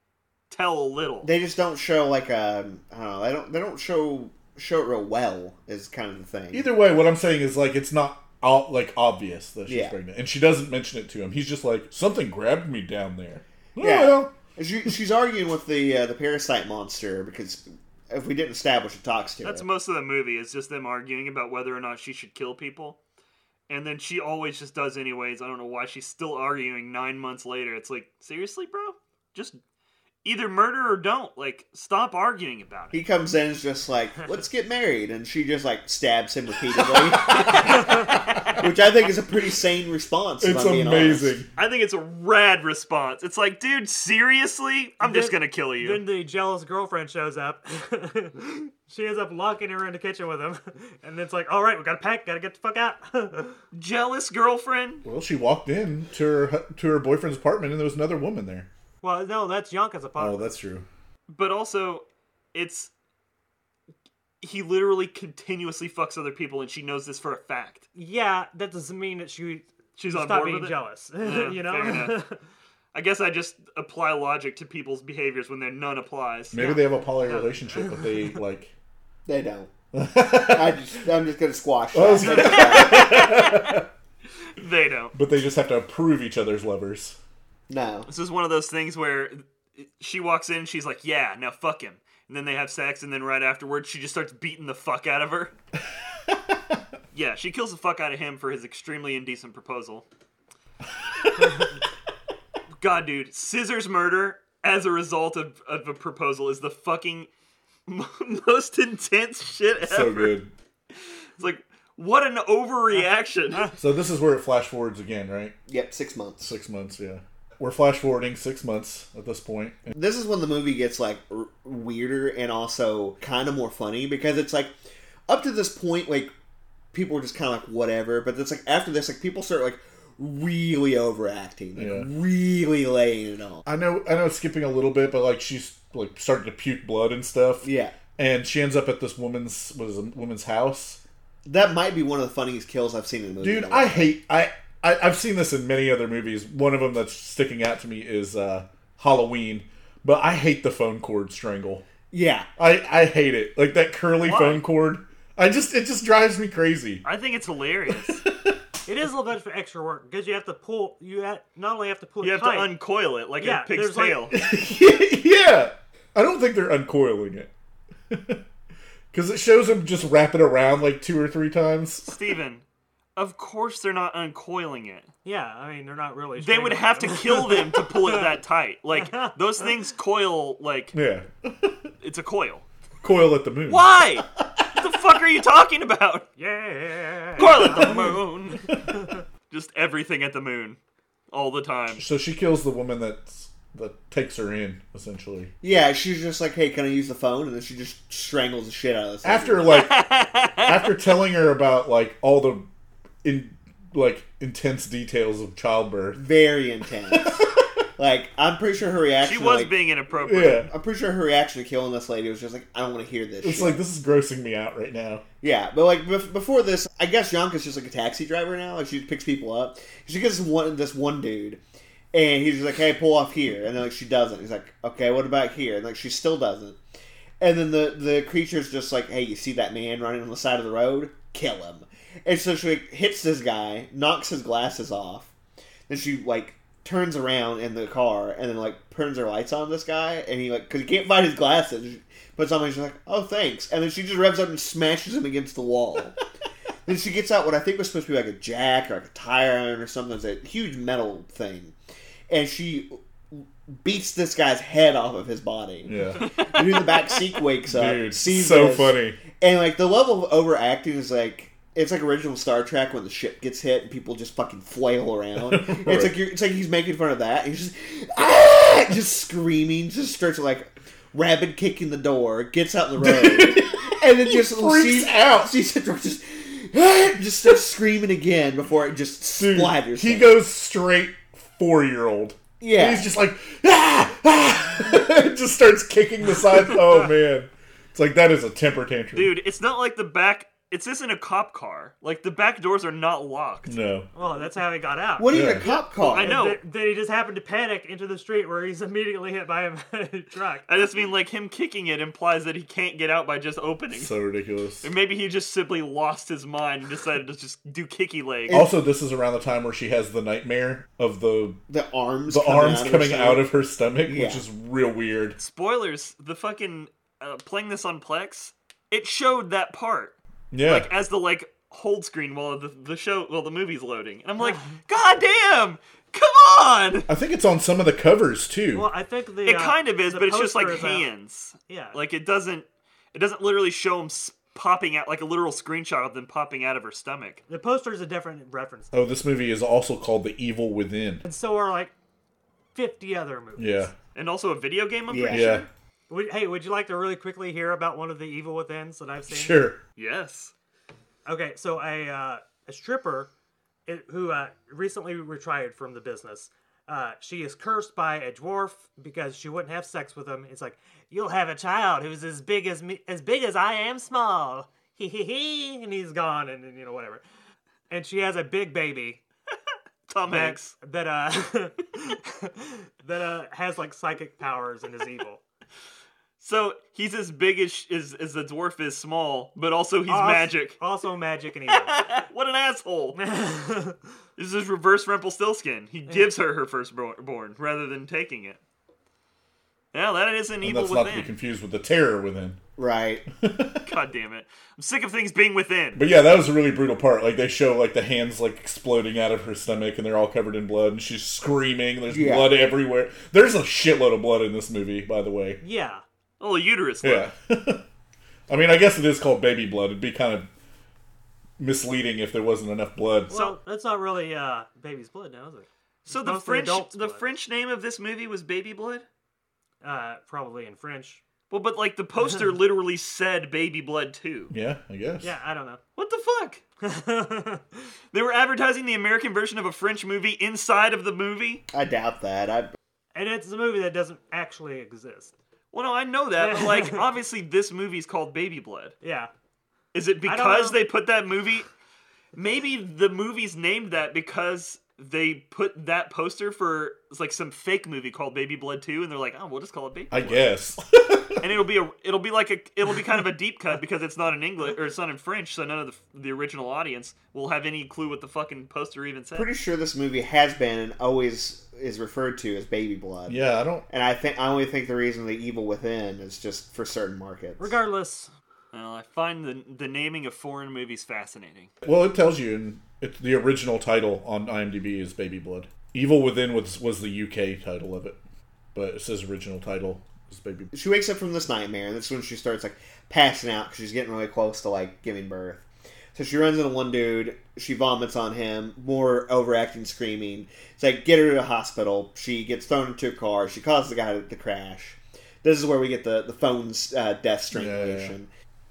tell a little
they just don't show like a. I don't know. They don't. They don't show show it real well. Is kind of the thing.
Either way, what I'm saying is like it's not out like obvious that she's
Yeah.
pregnant, and she doesn't mention it to him. He's just like something grabbed me down there. Oh,
Yeah.
well.
She, she's arguing with the uh, the parasite monster because if we didn't establish it talks to
That's
her.
most of the movie is just them arguing about whether or not she should kill people. And then she always just does anyways. I don't know why she's still arguing 9 months later. It's like, seriously, bro? Just either murder or don't. Like stop arguing about it.
He comes in and is just like, let's get married. And she just like stabs him repeatedly. Which I think is a pretty sane response. if
it's
I'm being honest.
amazing.
I think it's a rad response. It's like, dude, seriously? I'm just
Then-
going to kill you.
Then the jealous girlfriend shows up. she ends up locking her in the kitchen with him, and it's like, all right, we gotta pack, gotta get the fuck out.
Jealous girlfriend?
Well, she walked in to her hu- to her boyfriend's apartment, and there was another woman there.
well, no, that's Yonka's
Oh,
apartment.
that's true.
But also it's he literally continuously fucks other people and she knows this for a fact.
yeah, that doesn't mean that she
She's on
stop
board
being
with it.
jealous.
Yeah,
you
fair
know,
enough. I guess I just apply logic to people's behaviors when there none applies.
Maybe they have a poly relationship, but they like.
They don't. I just, I'm just going to squash
I was
that.
gonna-
They don't.
but they just have to approve each other's lovers.
No.
This is one of those things where she walks in, she's like, "Yeah, now fuck him," and then they have sex, and then right afterwards, she just starts beating the fuck out of her. yeah, she kills the fuck out of him for his extremely indecent proposal. God, dude, scissors murder as a result of, of a proposal is the fucking most intense shit ever.
So good.
It's like, what an overreaction.
So this is where it flash forwards again, right?
Yep, six months.
Six months. Yeah, we're flash forwarding six months at this point.
This is when the movie gets like r- weirder and also kind of more funny because it's like up to this point, like people are just kind of like whatever, but it's like after this, like people start like really overacting, like
Yeah.
really laying it on.
I know, I know, it's skipping a little bit, but like she's like starting to puke blood and stuff.
Yeah,
and she ends up at this woman's what is it, woman's house.
that might be one of the funniest kills I've seen in a movie.
Dude, I hate I, I I've seen this in many other movies. One of them that's sticking out to me is uh, Halloween, but I hate the phone cord strangle.
yeah,
I I hate it. Like that curly
Why?
phone cord. I just it just drives me crazy.
I think it's hilarious.
it is a little bit for extra work because you have to pull. You ha- not only have to pull.
You
it
have to
tight,
uncoil it like
Yeah,
a pig's
there's like-
tail.
yeah, I don't think they're uncoiling it. Because it shows him just wrap it around like two or three times.
Steven, of course they're not uncoiling it.
Yeah, I mean, they're not really.
They would
strangling
have to
him.
kill them to pull it that tight. Like, those things coil, like,
Yeah,
it's a coil.
coil at the moon.
Why? What the fuck are you talking about?
Yeah.
Coil at the moon. Just everything at the moon. All the time.
So she kills the woman that's that takes her in essentially.
yeah. She's just like, "Hey, can I use the phone?" And then she just strangles the shit out of this.
after like after telling her about like all the in like intense details of childbirth
very intense. like, I'm pretty sure her reaction.
She was
like,
being inappropriate.
yeah
I'm pretty sure her reaction to killing this lady was just like, I don't want to hear this.
it's
shit.
like this is grossing me out right now
yeah, but like bef- before this, I guess Yonka's just like a taxi driver now. Like she picks people up. She gets this one this one dude, and he's just like, "Hey, pull off here," and then like she doesn't. He's like, "Okay, what about here?" And like she still doesn't. And then the the creature's just like, "Hey, you see that man running on the side of the road? Kill him!" And so she like, hits this guy, knocks his glasses off, then she like turns around in the car and then like turns her lights on this guy and he like because he can't find his glasses she puts on and she's like oh thanks and then she just revs up and smashes him against the wall then she gets out what i think was supposed to be like a jack or like a tire iron or something it's a huge metal thing and she beats this guy's head off of his body
yeah
Uh,
dude in the back seat wakes up
dude
sees
so
this,
funny
and like the level of overacting is like It's like original Star Trek when the ship gets hit and people just fucking flail around. It's like you're, it's like he's making fun of that. He's just ah! just screaming, just starts like rabid kicking the door, gets out the road, and then just
freaks
sees
out.
Sees the door just ah! just starts screaming again before it just
Dude,
splatters.
he
him.
goes straight four year old.
Yeah.
he's just like ah, ah! just starts kicking the side. oh man, it's like that is a temper tantrum.
Dude, it's not like the back. It's isn't a cop car. Like the back doors are not locked.
No,
Well, that's how he got out.
what even
Yeah.
a cop car?
I know.
Th- Then he just happened to panic into the street where he's immediately hit by a truck.
I just mean like him kicking it implies that he can't get out by just opening.
so ridiculous.
or maybe he just simply lost his mind and decided to just do kicky leg.
Also, this is around the time where she has the nightmare of the
The arms,
the
coming
arms
out of
coming
her
out of her stomach, which
Yeah.
is real weird.
Spoilers: the fucking uh, playing this on Plex, it showed that part
Yeah,
like as the like hold screen while the the show while the movie's loading, and I'm like, God damn, come on!
I think it's on some of the covers too.
Well, I think the
It
uh,
kind of is,
the
but it's just
poster
like
is out.
hands.
Yeah,
Like it doesn't it doesn't literally show him s- popping out like a literal screenshot of them popping out of her stomach.
the poster is a different reference,
oh, this movie is also called The Evil Within.
and so are like fifty other movies.
Yeah,
And also a video game, I'm
Yeah.
pretty
yeah,
sure.
Would, hey, would you like to really quickly hear about one of the evil withins that I've seen?
sure.
Yes.
Okay, so a uh, a stripper i- who uh, recently retired from the business. Uh, she is cursed by a dwarf because she wouldn't have sex with him. It's like you'll have a child who's as big as me, as big as I am small. Hee hee hee, and he's gone, and, and you know whatever. And she has a big baby
Tom
that
Hanks.
that uh that uh has like psychic powers and is evil.
So he's as big as, sh- as as the dwarf is small, but also he's
Also-
magic.
Also magic and evil.
what an asshole! this is reverse Rumpelstiltskin. He gives her her firstborn rather than taking it. Now that is an
And
evil
that's not to be
within.
confused with the terror within.
Right.
God damn it! I'm sick of things being within.
But yeah, that was a really brutal part. Like they show like the hands like exploding out of her stomach, and they're all covered in blood, and she's screaming. There's
Yeah.
blood everywhere. There's a shitload of blood in this movie, by the way.
Yeah.
Oh, uterus. look.
Yeah. I mean, I guess it is called baby blood. It'd be kind of misleading if there wasn't enough blood.
Well, that's not really uh baby's blood now, is it?
So the
Mostly
French
adults,
the
but-
French name of this movie was Baby Blood.
Uh, probably in French.
Well, but like the poster literally said Baby Blood too.
yeah, I guess.
Yeah, I don't know.
What the fuck? They were advertising the American version of a French movie inside of the movie?
I doubt that. I
and it's a movie that doesn't actually exist.
Well, no, I know that, but like obviously this movie's called Baby Blood.
Yeah.
Is it
don't
because
know.
they put that movie Maybe the movie's named that because they put that poster for it's like some fake movie called Baby Blood 2 and they're like, "Oh, we'll just call it Baby."
I guess.
and it'll be a it'll be like a it'll be kind of a deep cut because it's not in English or it's not in French, so none of the the original audience will have any clue what the fucking poster even said.
pretty sure this movie has been and always is referred to as baby blood.
yeah, I don't.
And I think I only think the reason the evil within is just for certain markets.
Regardless,
Well, I find the the naming of foreign movies fascinating.
Well, it tells you, and it, the original title on IMDb is Baby Blood. Evil Within was was the UK title of it, but it says original title is Baby. Blood.
she wakes up from this nightmare, and that's when she starts like passing out because she's getting really close to like giving birth. So she runs into one dude. She vomits on him. More overacting, screaming. It's like get her to the hospital. She gets thrown into a car. She causes the guy to, to crash. This is where we get the the phone's uh, death strangulation.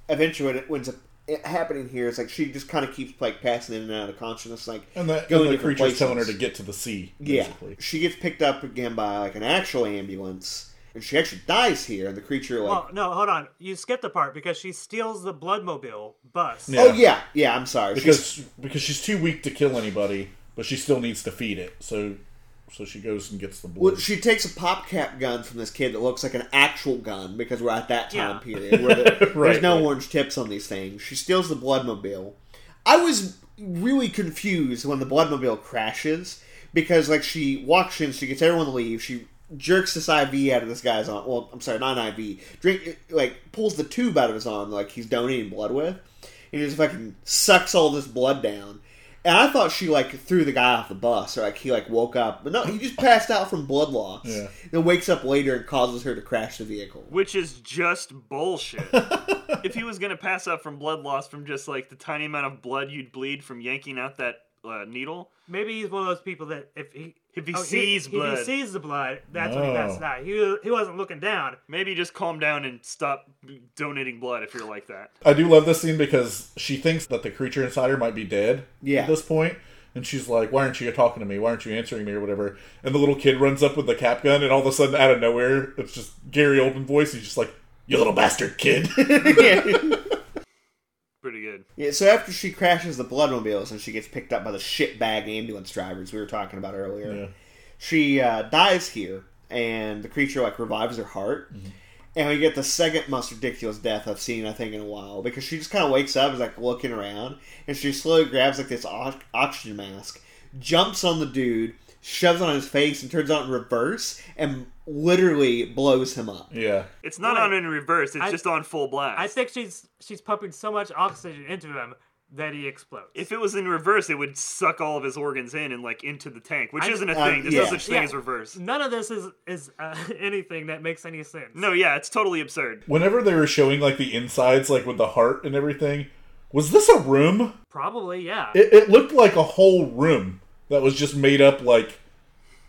Eventually, what it winds up happening here is like she just kind of keeps like passing in and out of consciousness. Like
And the,
Going
and the
different
creature's
places.
telling her to get to the sea. Basically.
yeah, she gets picked up again by like an actual ambulance, and she actually dies here. And the creature like
well, Oh, no, hold on. You skipped the part because she steals the Bloodmobile bus.
Yeah.
Oh yeah, yeah. I'm sorry. She's-
because because she's too weak to kill anybody, but she still needs to feed it. So so she goes and gets the blood.
well, she takes a pop cap gun from this kid that looks like an actual gun because we're at that time
Yeah.
period where the,
Right,
there's no
right.
orange tips on these things. She steals the bloodmobile. I was really confused when the bloodmobile crashes because like she walks in, she gets everyone to leave, she jerks this IV out of this guy's arm. Well, I'm sorry, not an IV. Drink like pulls the tube out of his arm like he's donating blood with. and just fucking sucks all this blood down. And I thought she like threw the guy off the bus, or like he like woke up, but no, he just passed out from blood loss.
Yeah.
Then wakes up later and causes her to crash the vehicle.
which is just bullshit. if he was gonna pass out from blood loss from just like the tiny amount of blood you'd bleed from yanking out that uh, needle,
Maybe he's one of those people that if he
If he
oh,
sees blood.
if he sees the blood, that's when he passes
No.
out. He he wasn't looking down.
maybe just calm down and stop donating blood if you're like that.
I do love this scene because she thinks that the creature inside her might be dead
Yeah.
at this point, And she's like, Why aren't you talking to me? Why aren't you answering me or whatever? And the little kid runs up with the cap gun and all of a sudden out of nowhere, it's just Gary Oldman voice, he's just like, You little bastard kid.
yeah.
Pretty good.
Yeah, so after she crashes the bloodmobiles and she gets picked up by the shitbag ambulance drivers we were talking about earlier,
Yeah.
she uh, dies here, and the creature like revives her heart. And we get the second most ridiculous death I've seen, I think, in a while because she just kind of wakes up, is like looking around, and she slowly grabs like this ox- oxygen mask, jumps on the dude, shoves it on his face, and turns on in reverse, and literally blows him up.
yeah.
It's not
Right.
on in reverse. It's
I-
just on full blast.
I think she's she's pumping so much oxygen into him that he explodes.
if it was in reverse, it would suck all of his organs in and like into the tank, which
I-
isn't a
uh,
thing. There's no
yeah.
such thing
Yeah.
as reverse.
None of this is is uh, anything that makes any sense.
No, yeah, it's totally absurd.
Whenever they were showing like the insides, like with the heart and everything, was this a room?
probably yeah.
It, it looked like a whole room that was just made up like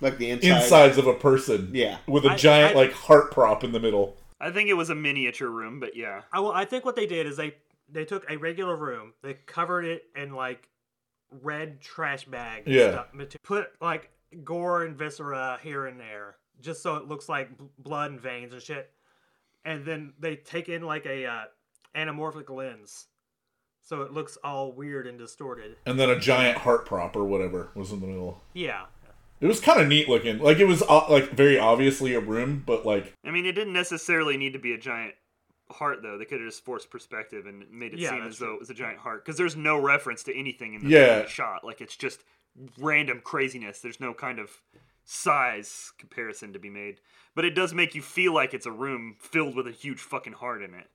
Like the inside.
insides of a person.
Yeah.
With a
I-
giant
I-
like heart prop in the middle.
I think it was a miniature room, but yeah.
I, well, I think what they did is they they took a regular room, they covered it in like red trash bag, and
Yeah.
stuff, mate- put like gore and viscera here and there, just so it looks like bl- blood and veins and shit, and then they take in like a uh, anamorphic lens, so it looks all weird and distorted.
And then a giant heart prop or whatever was in the middle.
Yeah,
It was kind of neat looking. Like it was uh, like very obviously a room, but like
I mean, it didn't necessarily need to be a giant heart, though. They could have just forced perspective and made it
Yeah,
seem
that's
as though it was a giant heart, because there's no reference to anything in the
Yeah.
in the shot. Like it's just random craziness. There's no kind of size comparison to be made, but it does make you feel like it's a room filled with a huge fucking heart in it.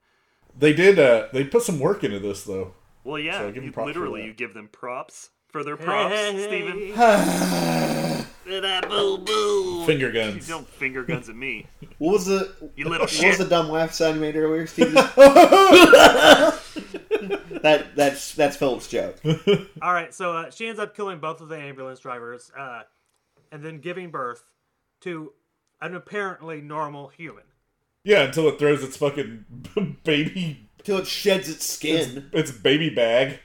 they did. uh They put some work into this though.
Well, yeah,
So give them
you,
props for
literally,
that.
you give them props for their props, Steven. That boo boo.
Finger
You
guns.
don't finger guns at me,
what was the
you little
What was
shit.
the dumb laugh sound you made earlier, Steve? that that's that's Philip's joke.
All right, so uh, she ends up killing both of the ambulance drivers, uh, and then giving birth to an apparently normal human.
Yeah, until it throws its fucking baby,
Till it sheds its skin.
its baby bag.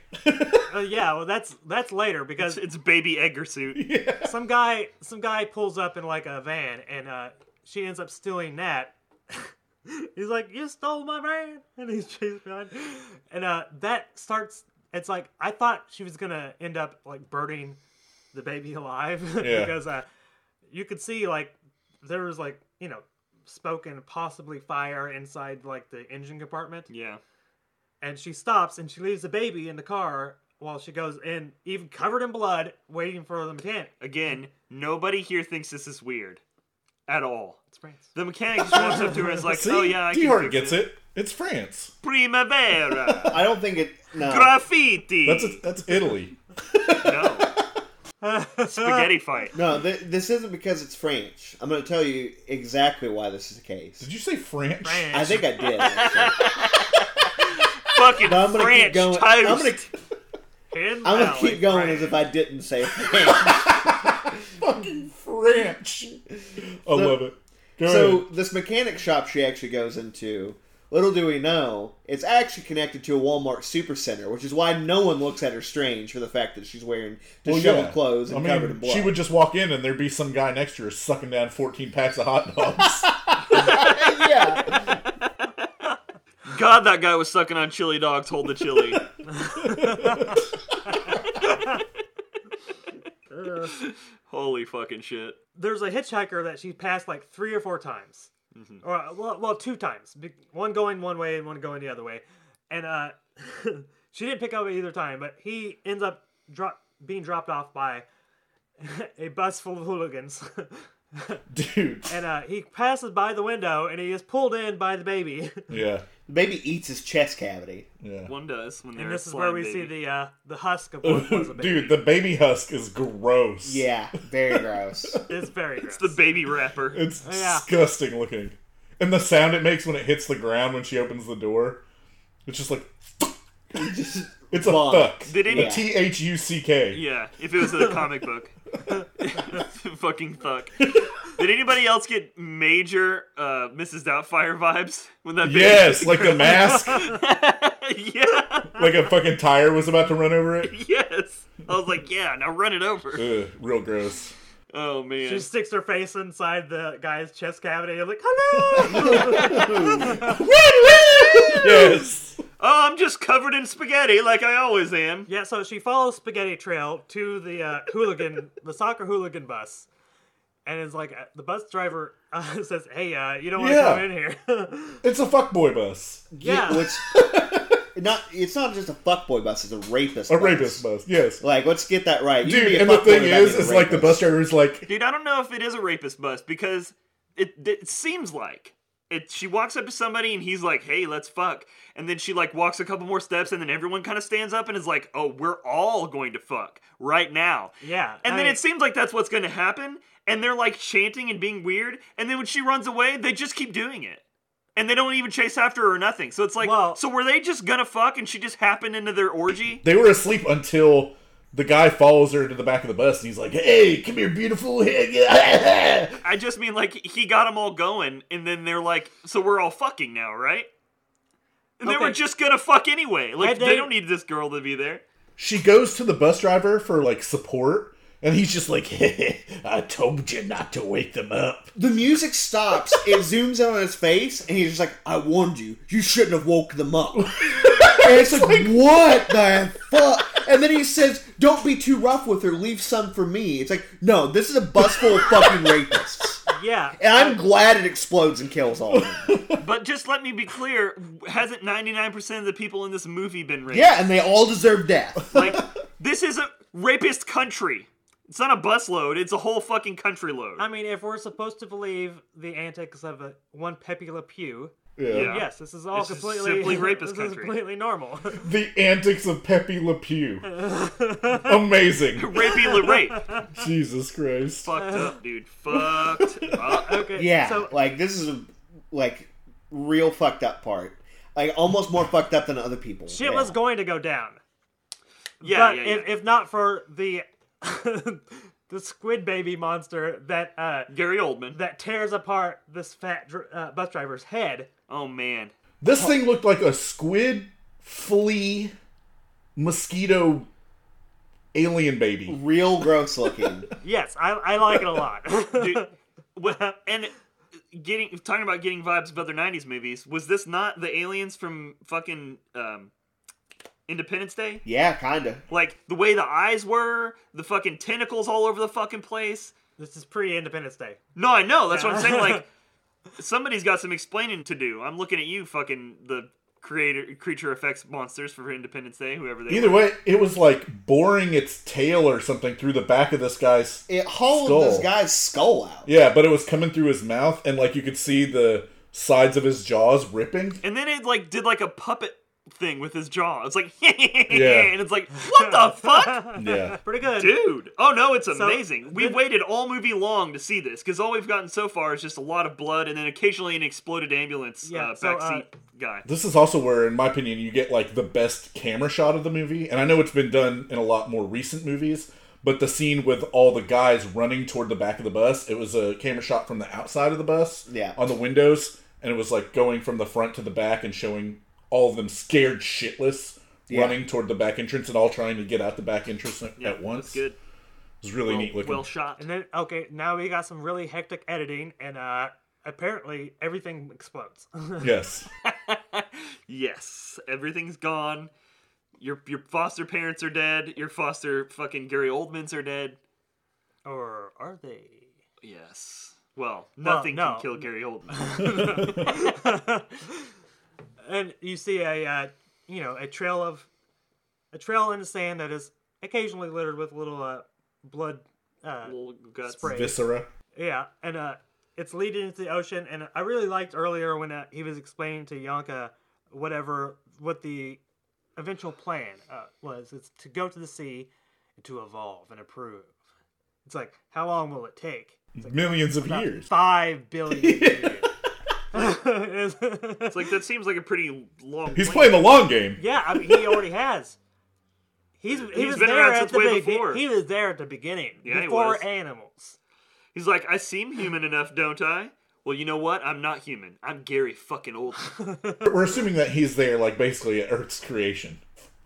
Uh, yeah, well, that's that's later because
It's baby Edgar suit.
some guy some guy pulls up in like a van and uh she ends up stealing that he's like you stole my van and he's chasing behind and uh that starts it's like i thought she was gonna end up like burning the baby alive
Yeah.
because uh you could see like there was like you know smoke and possibly fire inside like the engine compartment
Yeah.
and she stops and she leaves the baby in the car while she goes in even covered in blood waiting for the mechanic
Again, nobody here thinks this is weird at all.
it's france
The mechanic just walks up to her and is like,
See,
"Oh yeah, I
D-Hart
can fix
gets it. It's France.
Primavera,
I don't think it. No,
graffiti.
That's a, that's Italy.
no spaghetti fight.
no. Th- this isn't because it's French. I'm going to tell you exactly why this is the case.
Did you say French?
France.
I think I did. actually.
Fucking
But I'm going to
French
keep going.
toast.
I'm going to
In
I'm going to
Valley,
keep going
France.
as if I didn't say French.
Fucking French. I love it. Go
so
ahead.
this mechanic shop she actually goes into. Little do we know, it's actually connected to a Walmart supercenter, which is why no one looks at her strange for the fact that she's wearing
Well,
disheveled
yeah.
clothes and
I
covered
mean,
in blood.
she would just walk in and there'd be some guy next to her sucking down 14 packs of hot dogs.
yeah.
God, that guy was sucking on chili dogs. Hold the chili. Holy fucking shit.
there's a hitchhiker that she passed like three or four times,
Mm-hmm.
or uh, well, well, two times. Be- One going one way and one going the other way, and uh, she didn't pick up either time. But he ends up dro- being dropped off by a bus full of hooligans
dude.
and uh, he passes by the window and he is pulled in by the baby.
Yeah,
The baby eats his chest cavity.
yeah.
One does when
and
they're
this
a
is where
slime
we see
baby.
the uh, the husk of what was a baby.
Dude, the baby husk is gross.
Yeah, very gross.
it's very gross.
it's the baby rapper.
It's
Yeah.
disgusting looking. And the sound it makes when it hits the ground when she opens the door. It's just like it's a
Fuck.
fuck.
Did any-
a T H U C K.
Yeah, if it was in a comic book. Fucking fuck. Did anybody else get major uh, Mrs. Doubtfire vibes when that? baby-
Yes, like the mask,
yeah.
like a fucking tire was about to run over it.
Yes. I was like, yeah. Now run it over.
Ugh, real gross.
Oh man.
She sticks her face inside the guy's chest cavity. I'm like, hello!
Yes.
Oh, I'm just covered in spaghetti like I always am.
yeah, so she follows Spaghetti Trail to the uh, hooligan, the soccer hooligan bus. And it's like, uh, the bus driver uh, says, hey, uh, you don't want to
Yeah.
come in here.
It's a fuckboy bus.
yeah.
Which not it's not just a fuckboy bus, it's a rapist
A
bus.
rapist bus. Yes.
Like, let's get that right. You can
Dude,
be a
and the
fuckboy
thing
without
is,
being a
is like the bus
rapist.
driver is like,
Dude, I don't know if it is a rapist bust because it, it seems like it. She walks up to somebody and he's like, "Hey, let's fuck," and then she like walks a couple more steps and then everyone kind of stands up and is like, "Oh, we're all going to fuck right now."
yeah.
And
I
then
mean,
it seems like that's what's going to happen, and they're like chanting and being weird, and then when she runs away, they just keep doing it. And they don't even chase after her or nothing. So it's like,
Well-
so were they just gonna fuck and she just happened into their orgy?
they were asleep until the guy follows her to the back of the bus and he's like, "Hey, come here, beautiful."
I just mean like he got them all going, and then they're like, "So we're all fucking now, right?" And they
Okay.
were just gonna fuck anyway. Like
Had
they,
they-
don't need this girl to be there.
she goes to the bus driver for like support and he's just like i told you not to wake them up
The music stops, it zooms in on his face, and he's just like, I warned you, you shouldn't have woke them up. and it's like, what the fuck? And then he says, Don't be too rough with her, leave some for me. It's like, no, this is a bus full of fucking rapists.
yeah.
And I'm glad it explodes and kills all of them.
But just let me be clear: hasn't ninety nine percent of the people in this movie been raped?
Yeah, and they all deserve death.
Like this is a rapist country. It's not a busload; it's a whole fucking country load.
I mean, if we're supposed to believe the antics of a, one Pepe Le Pew,
Yeah.
yes, this is all
This is
completely
simply rapist
this
country.
is completely normal.
the antics of pepe le pew amazing
Rapey le rape.
jesus christ
Fucked up, dude. Fucked up.
Okay,
Yeah,
So
like this is a like real fucked up part. Like almost more fucked up than other people.
shit
Yeah.
was going to go down.
Yeah,
but
yeah, yeah.
If, if not for the the squid baby monster that uh,
Gary Oldman.
that tears apart this fat dr- uh, bus driver's head,
Oh man.
this thing looked like a squid flea mosquito alien baby
real gross looking.
yes, I, I like it a lot.
Dude, wha- and getting talking about getting vibes of other '90s movies. Was this not the aliens from fucking um, Independence Day?
yeah, kinda.
Like the way the eyes were, the fucking tentacles all over the fucking place.
this is pre Independence Day.
No, I know. That's what I'm saying. Like somebody's got some explaining to do. I'm looking at you, fucking the creator creature effects monsters for Independence Day, whoever they.
either way it was like boring its tail or something through the back of this guy's
It hauled
Skull.
this guy's skull out.
yeah but it was coming through his mouth and like you could see the sides of his jaws ripping
And then it like did like a puppet thing with his jaw. It's like yeah, and it's like what the fuck,
yeah
Pretty good.
dude? Oh no, it's amazing. we
did-
waited all movie long to see this because all we've gotten so far is just a lot of blood and then occasionally an exploded ambulance
Yeah,
uh,
so, uh,
backseat guy.
This is also where, in my opinion, you get like the best camera shot of the movie. And I know it's been done in a lot more recent movies, but the scene with all the guys running toward the back of the bus, it was a camera shot from the outside of the bus
Yeah.
on the windows. And it was like going from the front to the back and showing all of them scared shitless
Yeah.
running toward the back entrance and all trying to get out the back entrance at
Yeah,
at once.
that's good.
It was really
Well,
neat looking.
well shot.
And then okay, now we got some really hectic editing, and uh, apparently everything explodes.
yes.
Yes, everything's gone. Your your foster parents are dead. Your foster fucking Gary Oldman's are dead.
or are they?
Yes. Well, nothing
no.
can kill Gary Oldman.
and you see a uh, you know a trail of a trail in the sand that is occasionally littered with little uh, blood uh,
Little guts.
Spray.
Viscera.
Yeah, and uh, it's leading into the ocean. And I really liked earlier when uh, he was explaining to Yonka whatever what the eventual plan uh, was. It's to go to the sea and to evolve and improve. It's like how long will it take?
Millions of
About
years.
Five billion. years.
It's like that seems like a pretty long.
He's
plan.
playing the long game.
yeah, I mean he already has. He's, he
He's
was
been
there
around
at
since
the
way
begi-
before.
He was there at the beginning.
Yeah, he
before
was.
animals.
He's like, I seem human enough, don't I? Well, you know what? I'm not human. I'm Gary fucking old.
We're assuming that he's there, like basically at Earth's creation,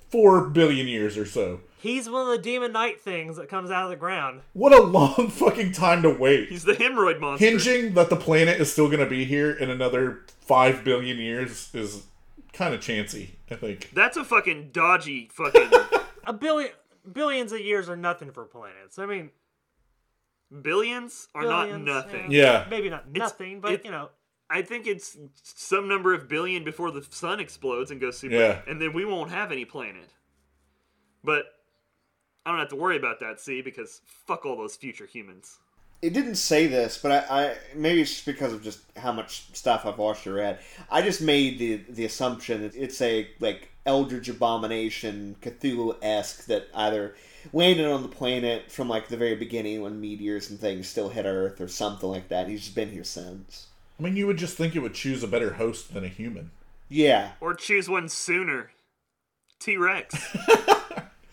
four billion years or so.
He's one of the demon knight things that comes out of the ground.
What a long fucking time to wait.
He's the hemorrhoid monster.
Hinging that the planet is still going to be here in another five billion years is kind of chancy. I think.
That's a fucking dodgy fucking
A billion billions of years are nothing for planets. I mean,
billions are
Billions,
not nothing.
Yeah.
maybe not nothing, but
it-
you know,
I think it's some number of billion before the sun explodes and goes super,
Yeah.
and then we won't have any planet. But I don't have to worry about that, see, because fuck all those future humans.
it didn't say this, but I, I maybe it's just because of just how much stuff I've watched or read. I just made the the assumption that it's a like Eldritch abomination, Cthulhu esque that either landed on the planet from like the very beginning when meteors and things still hit Earth or something like that. He's just been here since.
I mean, you would just think it would choose a better host than a human.
Yeah,
Or choose one sooner. T Rex.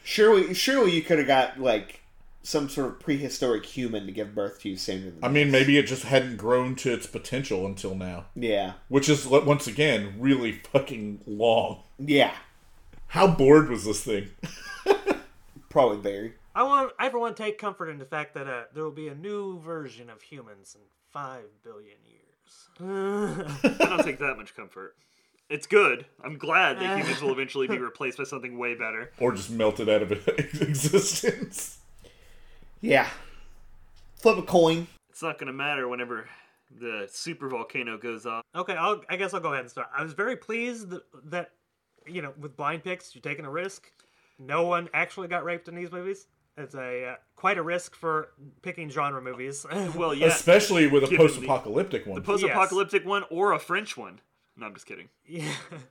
surely, surely you could have got like some sort of prehistoric human to give birth to sooner than
I mean, maybe it just hadn't grown to its potential until now,
yeah,
which is like, once again really fucking long.
yeah,
How bored was this thing?
probably very.
I want everyone to take comfort in the fact that uh, there will be a new version of humans in five billion years.
I don't take that much comfort. It's good. I'm glad that humans will eventually be replaced by something way better.
Or just melted out of existence?
Yeah, flip a coin.
It's not going to matter whenever the super volcano goes off.
okay, I'll, I guess I'll go ahead and start. I was very pleased that, that you know, with blind picks, you're taking a risk. No one actually got raped in these movies. It's a uh, quite a risk for picking genre movies.
Well, yeah.
Especially with a
Given the-
post-apocalyptic one.
Post apocalyptic one or a French one. No, I'm just kidding.
yeah.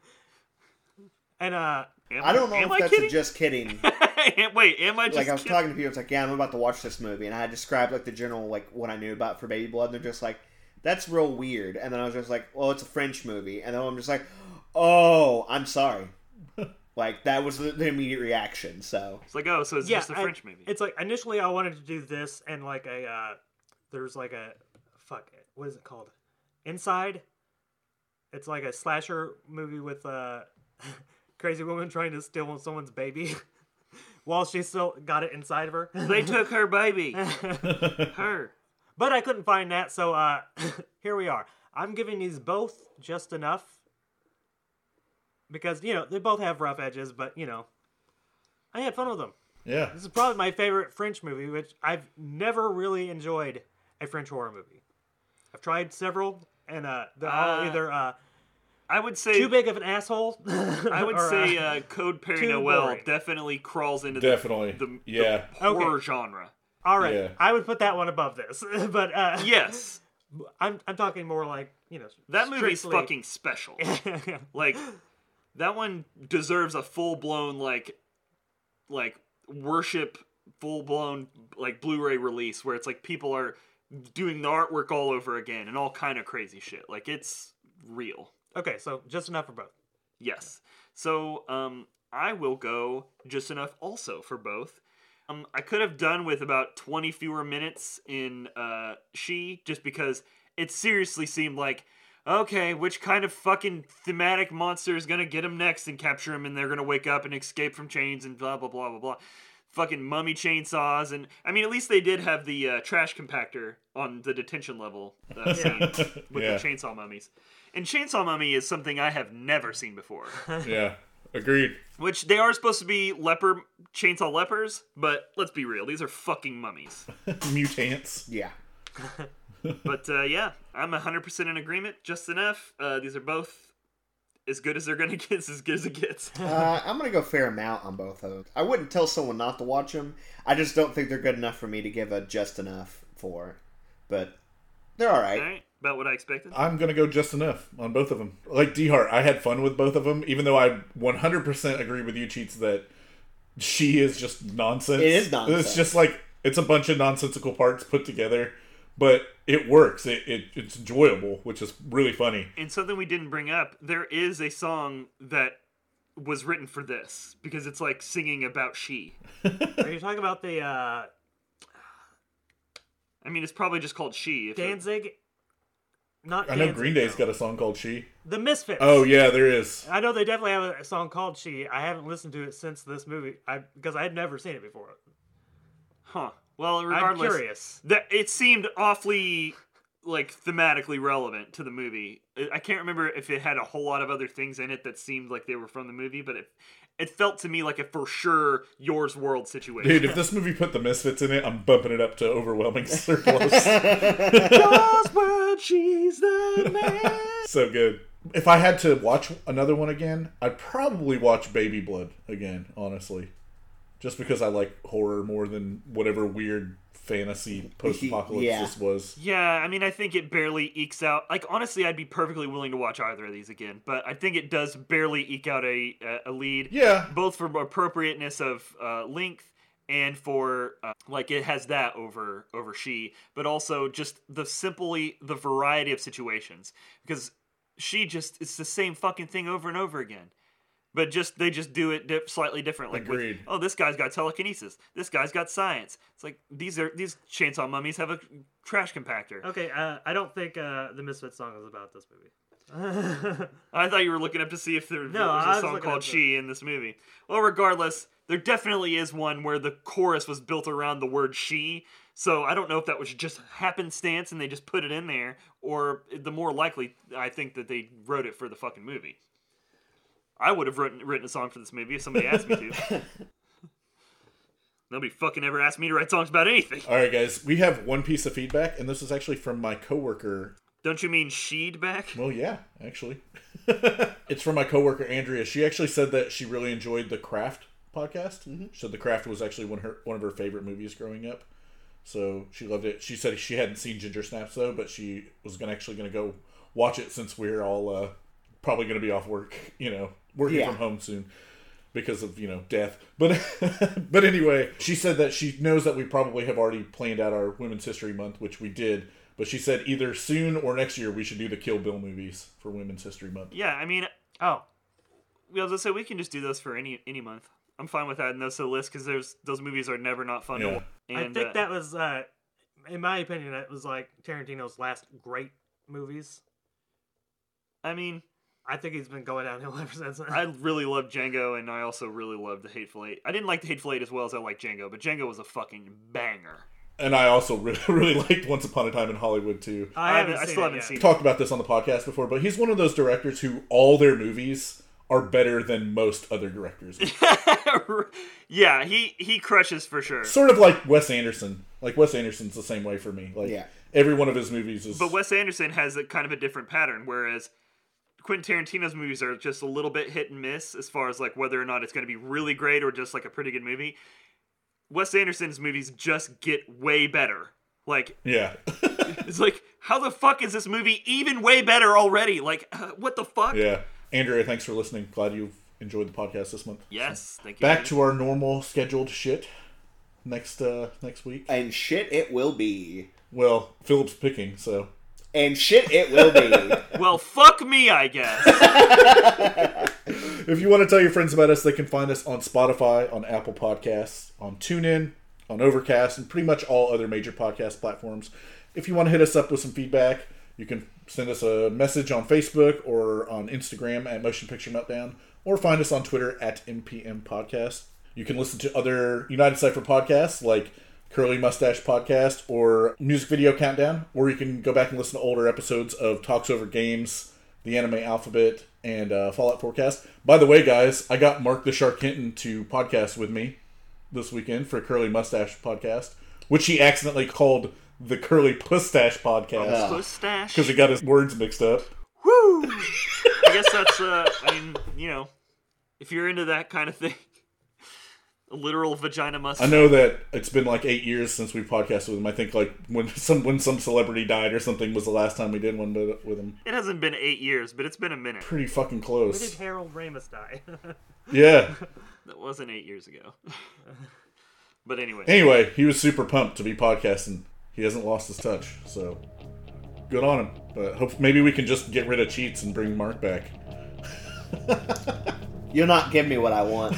And uh,
Am
I don't know
am
if that's a
kidding?
just kidding.
Am- Wait, am I just
like I was
kidding?
talking to people, it's like, yeah, I'm about to watch this movie, and I described like the general like what I knew about for Baby Blood, and they're just like, that's real weird. And then I was just like, well, it's a French movie, and then I'm just like, oh, I'm sorry. like that was the, the immediate reaction. So
It's like, oh, so it's
yeah,
just a
I-
French movie.
It's like initially I wanted to do this and like a uh, there's like a fuck what is it called? Inside. It's like a slasher movie with a crazy woman trying to steal someone's baby while she still got it inside of her.
They took her baby. her.
but I couldn't find that, so uh, here we are. I'm giving these both just enough because you know they both have rough edges, but you know I had fun with them.
yeah.
This is probably my favorite French movie, which I've never really enjoyed a French horror movie. I've tried several, and uh, they're all
Ah.
either uh,
I would say.
too big of an asshole.
I would say uh, Code Perry
too
Noel
boring.
definitely crawls into the-
Definitely.
the, the
yeah.
horror
Okay.
genre.
all right,
yeah.
I would put that one above this, but uh,
Yes,
I'm I'm talking more like you know
that movie's
strictly-
fucking special. like that one deserves a full blown like like worship full blown like Blu-ray release where it's like people are doing the artwork all over again and all kind of crazy shit. Like it's real.
okay, so just enough for both.
Yes. So um, I will go just enough also for both. Um, I could have done with about 20 fewer minutes in uh, She just because it seriously seemed like, okay, which kind of fucking thematic monster is going to get him next and capture him and they're going to wake up and escape from chains and blah, blah, blah, blah, blah. Fucking mummy chainsaws. And I mean, at least they did have the uh, trash compactor on the detention level uh, scene with the
Yeah.
chainsaw mummies. And chainsaw mummy is something I have never seen before.
Yeah. Agreed.
Which they are supposed to be leper chainsaw lepers, but let's be real, these are fucking mummies.
Mutants.
yeah,
But uh, yeah, I'm 100% in agreement. Just enough. Uh, these are both as good as they're gonna get. As good as it gets.
uh, I'm gonna go fair amount on both of them. I wouldn't tell someone not to watch them. I just don't think they're good enough for me to give a just enough for. but they're all right.
All right, about what I expected.
I'm gonna go just enough on both of them. Like Dehart, I had fun with both of them, even though I 100% agree with you, cheats, that she is just nonsense.
It is nonsense.
It's just like it's a bunch of nonsensical parts put together, but it works. It, it it's enjoyable, which is really funny.
and something we didn't bring up there is a song that was written for this because it's like singing about she
Are you talking about the uh,
i mean it's probably just called she if it-
Danzig? Not
I know
Danzig,
Green Day's
no.
got a song called "She."
The Misfits.
Oh yeah, there is.
I know they definitely have a song called She. I haven't listened to it since this movie I because I had never seen it before.
huh well
I'm
regardless
curious.
that it seemed awfully like thematically relevant to the movie I- i can't remember if it had a whole lot of other things in it that seemed like they were from the movie but it it felt to me like a for sure yours world situation
Dude, if this movie put the Misfits in it, I'm bumping it up to overwhelming surplus.
Yours world, she's the man.
so good. If I had to watch another one again, I'd probably watch Baby Blood again, honestly. Just because I like horror more than whatever weird fantasy post apocalypse
Yeah.
this was.
Yeah, I mean, I think it barely ekes out. Like, honestly, I'd be perfectly willing to watch either of these again, but I think it does barely eke out a a lead,
Yeah.
both for appropriateness of uh, length and for uh, like it has that over over she, but also just the simply the variety of situations because she just it's the same fucking thing over and over again. But just they just do it dip slightly different. Like, with,
Agreed.
oh, this guy's got telekinesis. This guy's got science. It's like these are these chainsaw mummies have a trash compactor.
Okay, uh, I don't think uh, the Misfits song is about this movie.
I thought you were looking up to see if there
No, I
was
was
a song
looking
called
up the-
"She" in this movie. Well, regardless, there definitely is one where the chorus was built around the word "she." So I don't know if that was just happenstance and they just put it in there, or the more likely, I think that they wrote it for the fucking movie. I would have written written a song for this movie if somebody asked me to. Nobody fucking ever asked me to write songs about anything.
All right, guys, we have one piece of feedback, and this is actually from my coworker
Don't you mean she'd back?
Well, yeah, actually. it's from my coworker Andrea. She actually said that she really enjoyed the Craft podcast. She said the Craft was actually one of her one of her favorite movies growing up. So she loved it. She said she hadn't seen Ginger Snaps though, but she was gonna actually gonna go watch it since we're all uh, probably gonna be off work, you know, working
Yeah.
from home soon because of you know death. But but anyway, she said that she knows that we probably have already planned out our Women's History Month, which we did. But she said either soon or next year we should do the Kill Bill movies for Women's History Month.
Yeah, I mean,
oh,
Yeah, let's say we can just do those for any any month. I'm fine with adding those to the list because there's those movies are never not fun. To
Yeah.
watch. And,
I think
uh,
that was, uh, in my opinion, that was like Tarantino's last great movies.
I mean,
I think he's been going downhill ever since.
I really loved Django, and I also really loved The Hateful Eight. I didn't like The Hateful Eight as well as I liked Django, but Django was a fucking banger.
And I also really really liked Once Upon a Time in Hollywood too.
I haven't.
I
seen
still
it
haven't
yet.
seen
We've talked about this on the podcast before, but he's one of those directors who all their movies are better than most other directors.
yeah, he he crushes for sure.
sort of like Wes Anderson. Like Wes Anderson's the same way for me. Like
Yeah.
every one of his movies is
But Wes Anderson has a kind of a different pattern, whereas Quentin Tarantino's movies are just a little bit hit and miss as far as like whether or not it's going to be really great or just like a pretty good movie. Wes Anderson's movies just get way better. Like
yeah.
it's like how the fuck is this movie even way better already? Like uh, what the fuck?
yeah. Andrea, thanks for listening. Glad you enjoyed the podcast this month.
Yes, thank you.
Back to our normal scheduled shit next uh next week.
And shit, it will be.
Well, Philip's picking, so
And shit, it will be.
well, fuck me, I guess.
If you want to tell your friends about us, they can find us on Spotify, on Apple Podcasts, on TuneIn, on Overcast, and pretty much all other major podcast platforms. If you want to hit us up with some feedback, you can send us a message on Facebook or on Instagram at Motion Picture Meltdown, or find us on Twitter at MPM Podcast. You can listen to other United Cypher podcasts like Curly Mustache Podcast or Music Video Countdown, or you can go back and listen to older episodes of Talks Over Games, the anime alphabet and uh, fallout forecast by the way guys i got mark the shark hinton to podcast with me this weekend for curly mustache podcast which he accidentally called the curly pustache podcast
Mustache.
because he got his words mixed up
Woo! I guess that's uh I mean, you know, if you're into that kind of thing. literal vagina must.
I know that it's been like eight years since we podcasted with him. I think like when some when some celebrity died or something was the last time we did one with with him.
It hasn't been eight years, but it's been a minute.
Pretty fucking
When did
close.
Harold Ramis die?
Yeah.
That wasn't eight years ago. but anyway,
Anyway, he was super pumped to be podcasting. He hasn't lost his touch, so good on him. But hope maybe we can just get rid of cheats and bring Mark back.
You'll not give me what I want.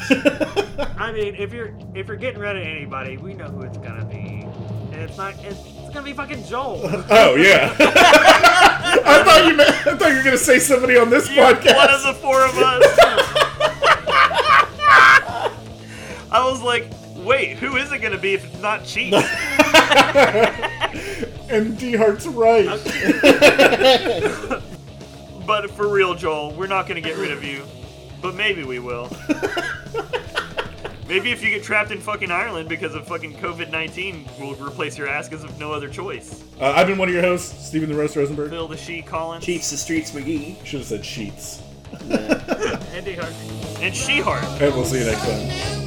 I mean, if you're if you're getting rid of anybody, we know who it's gonna be. And it's not. It's, it's gonna be fucking Joel.
Oh yeah. I thought you meant, I thought you were gonna say somebody on this
You're one
podcast.
of the four of us. I was like, wait, who is it gonna be if it's not cheap?
And D Hart's right.
but for real, Joel, we're not gonna get rid of you. But maybe we will. maybe if you get trapped in fucking Ireland because of fucking COVID 19, we'll replace your ass because of no other choice.
Uh, I've been one of your hosts, Stephen the Roast Rosenberg.
Bill the She, Collins,
Cheats the streets, McGee.
Should have said cheats.
Andy Hart.
and She Heart.
And we'll see you next time.
Never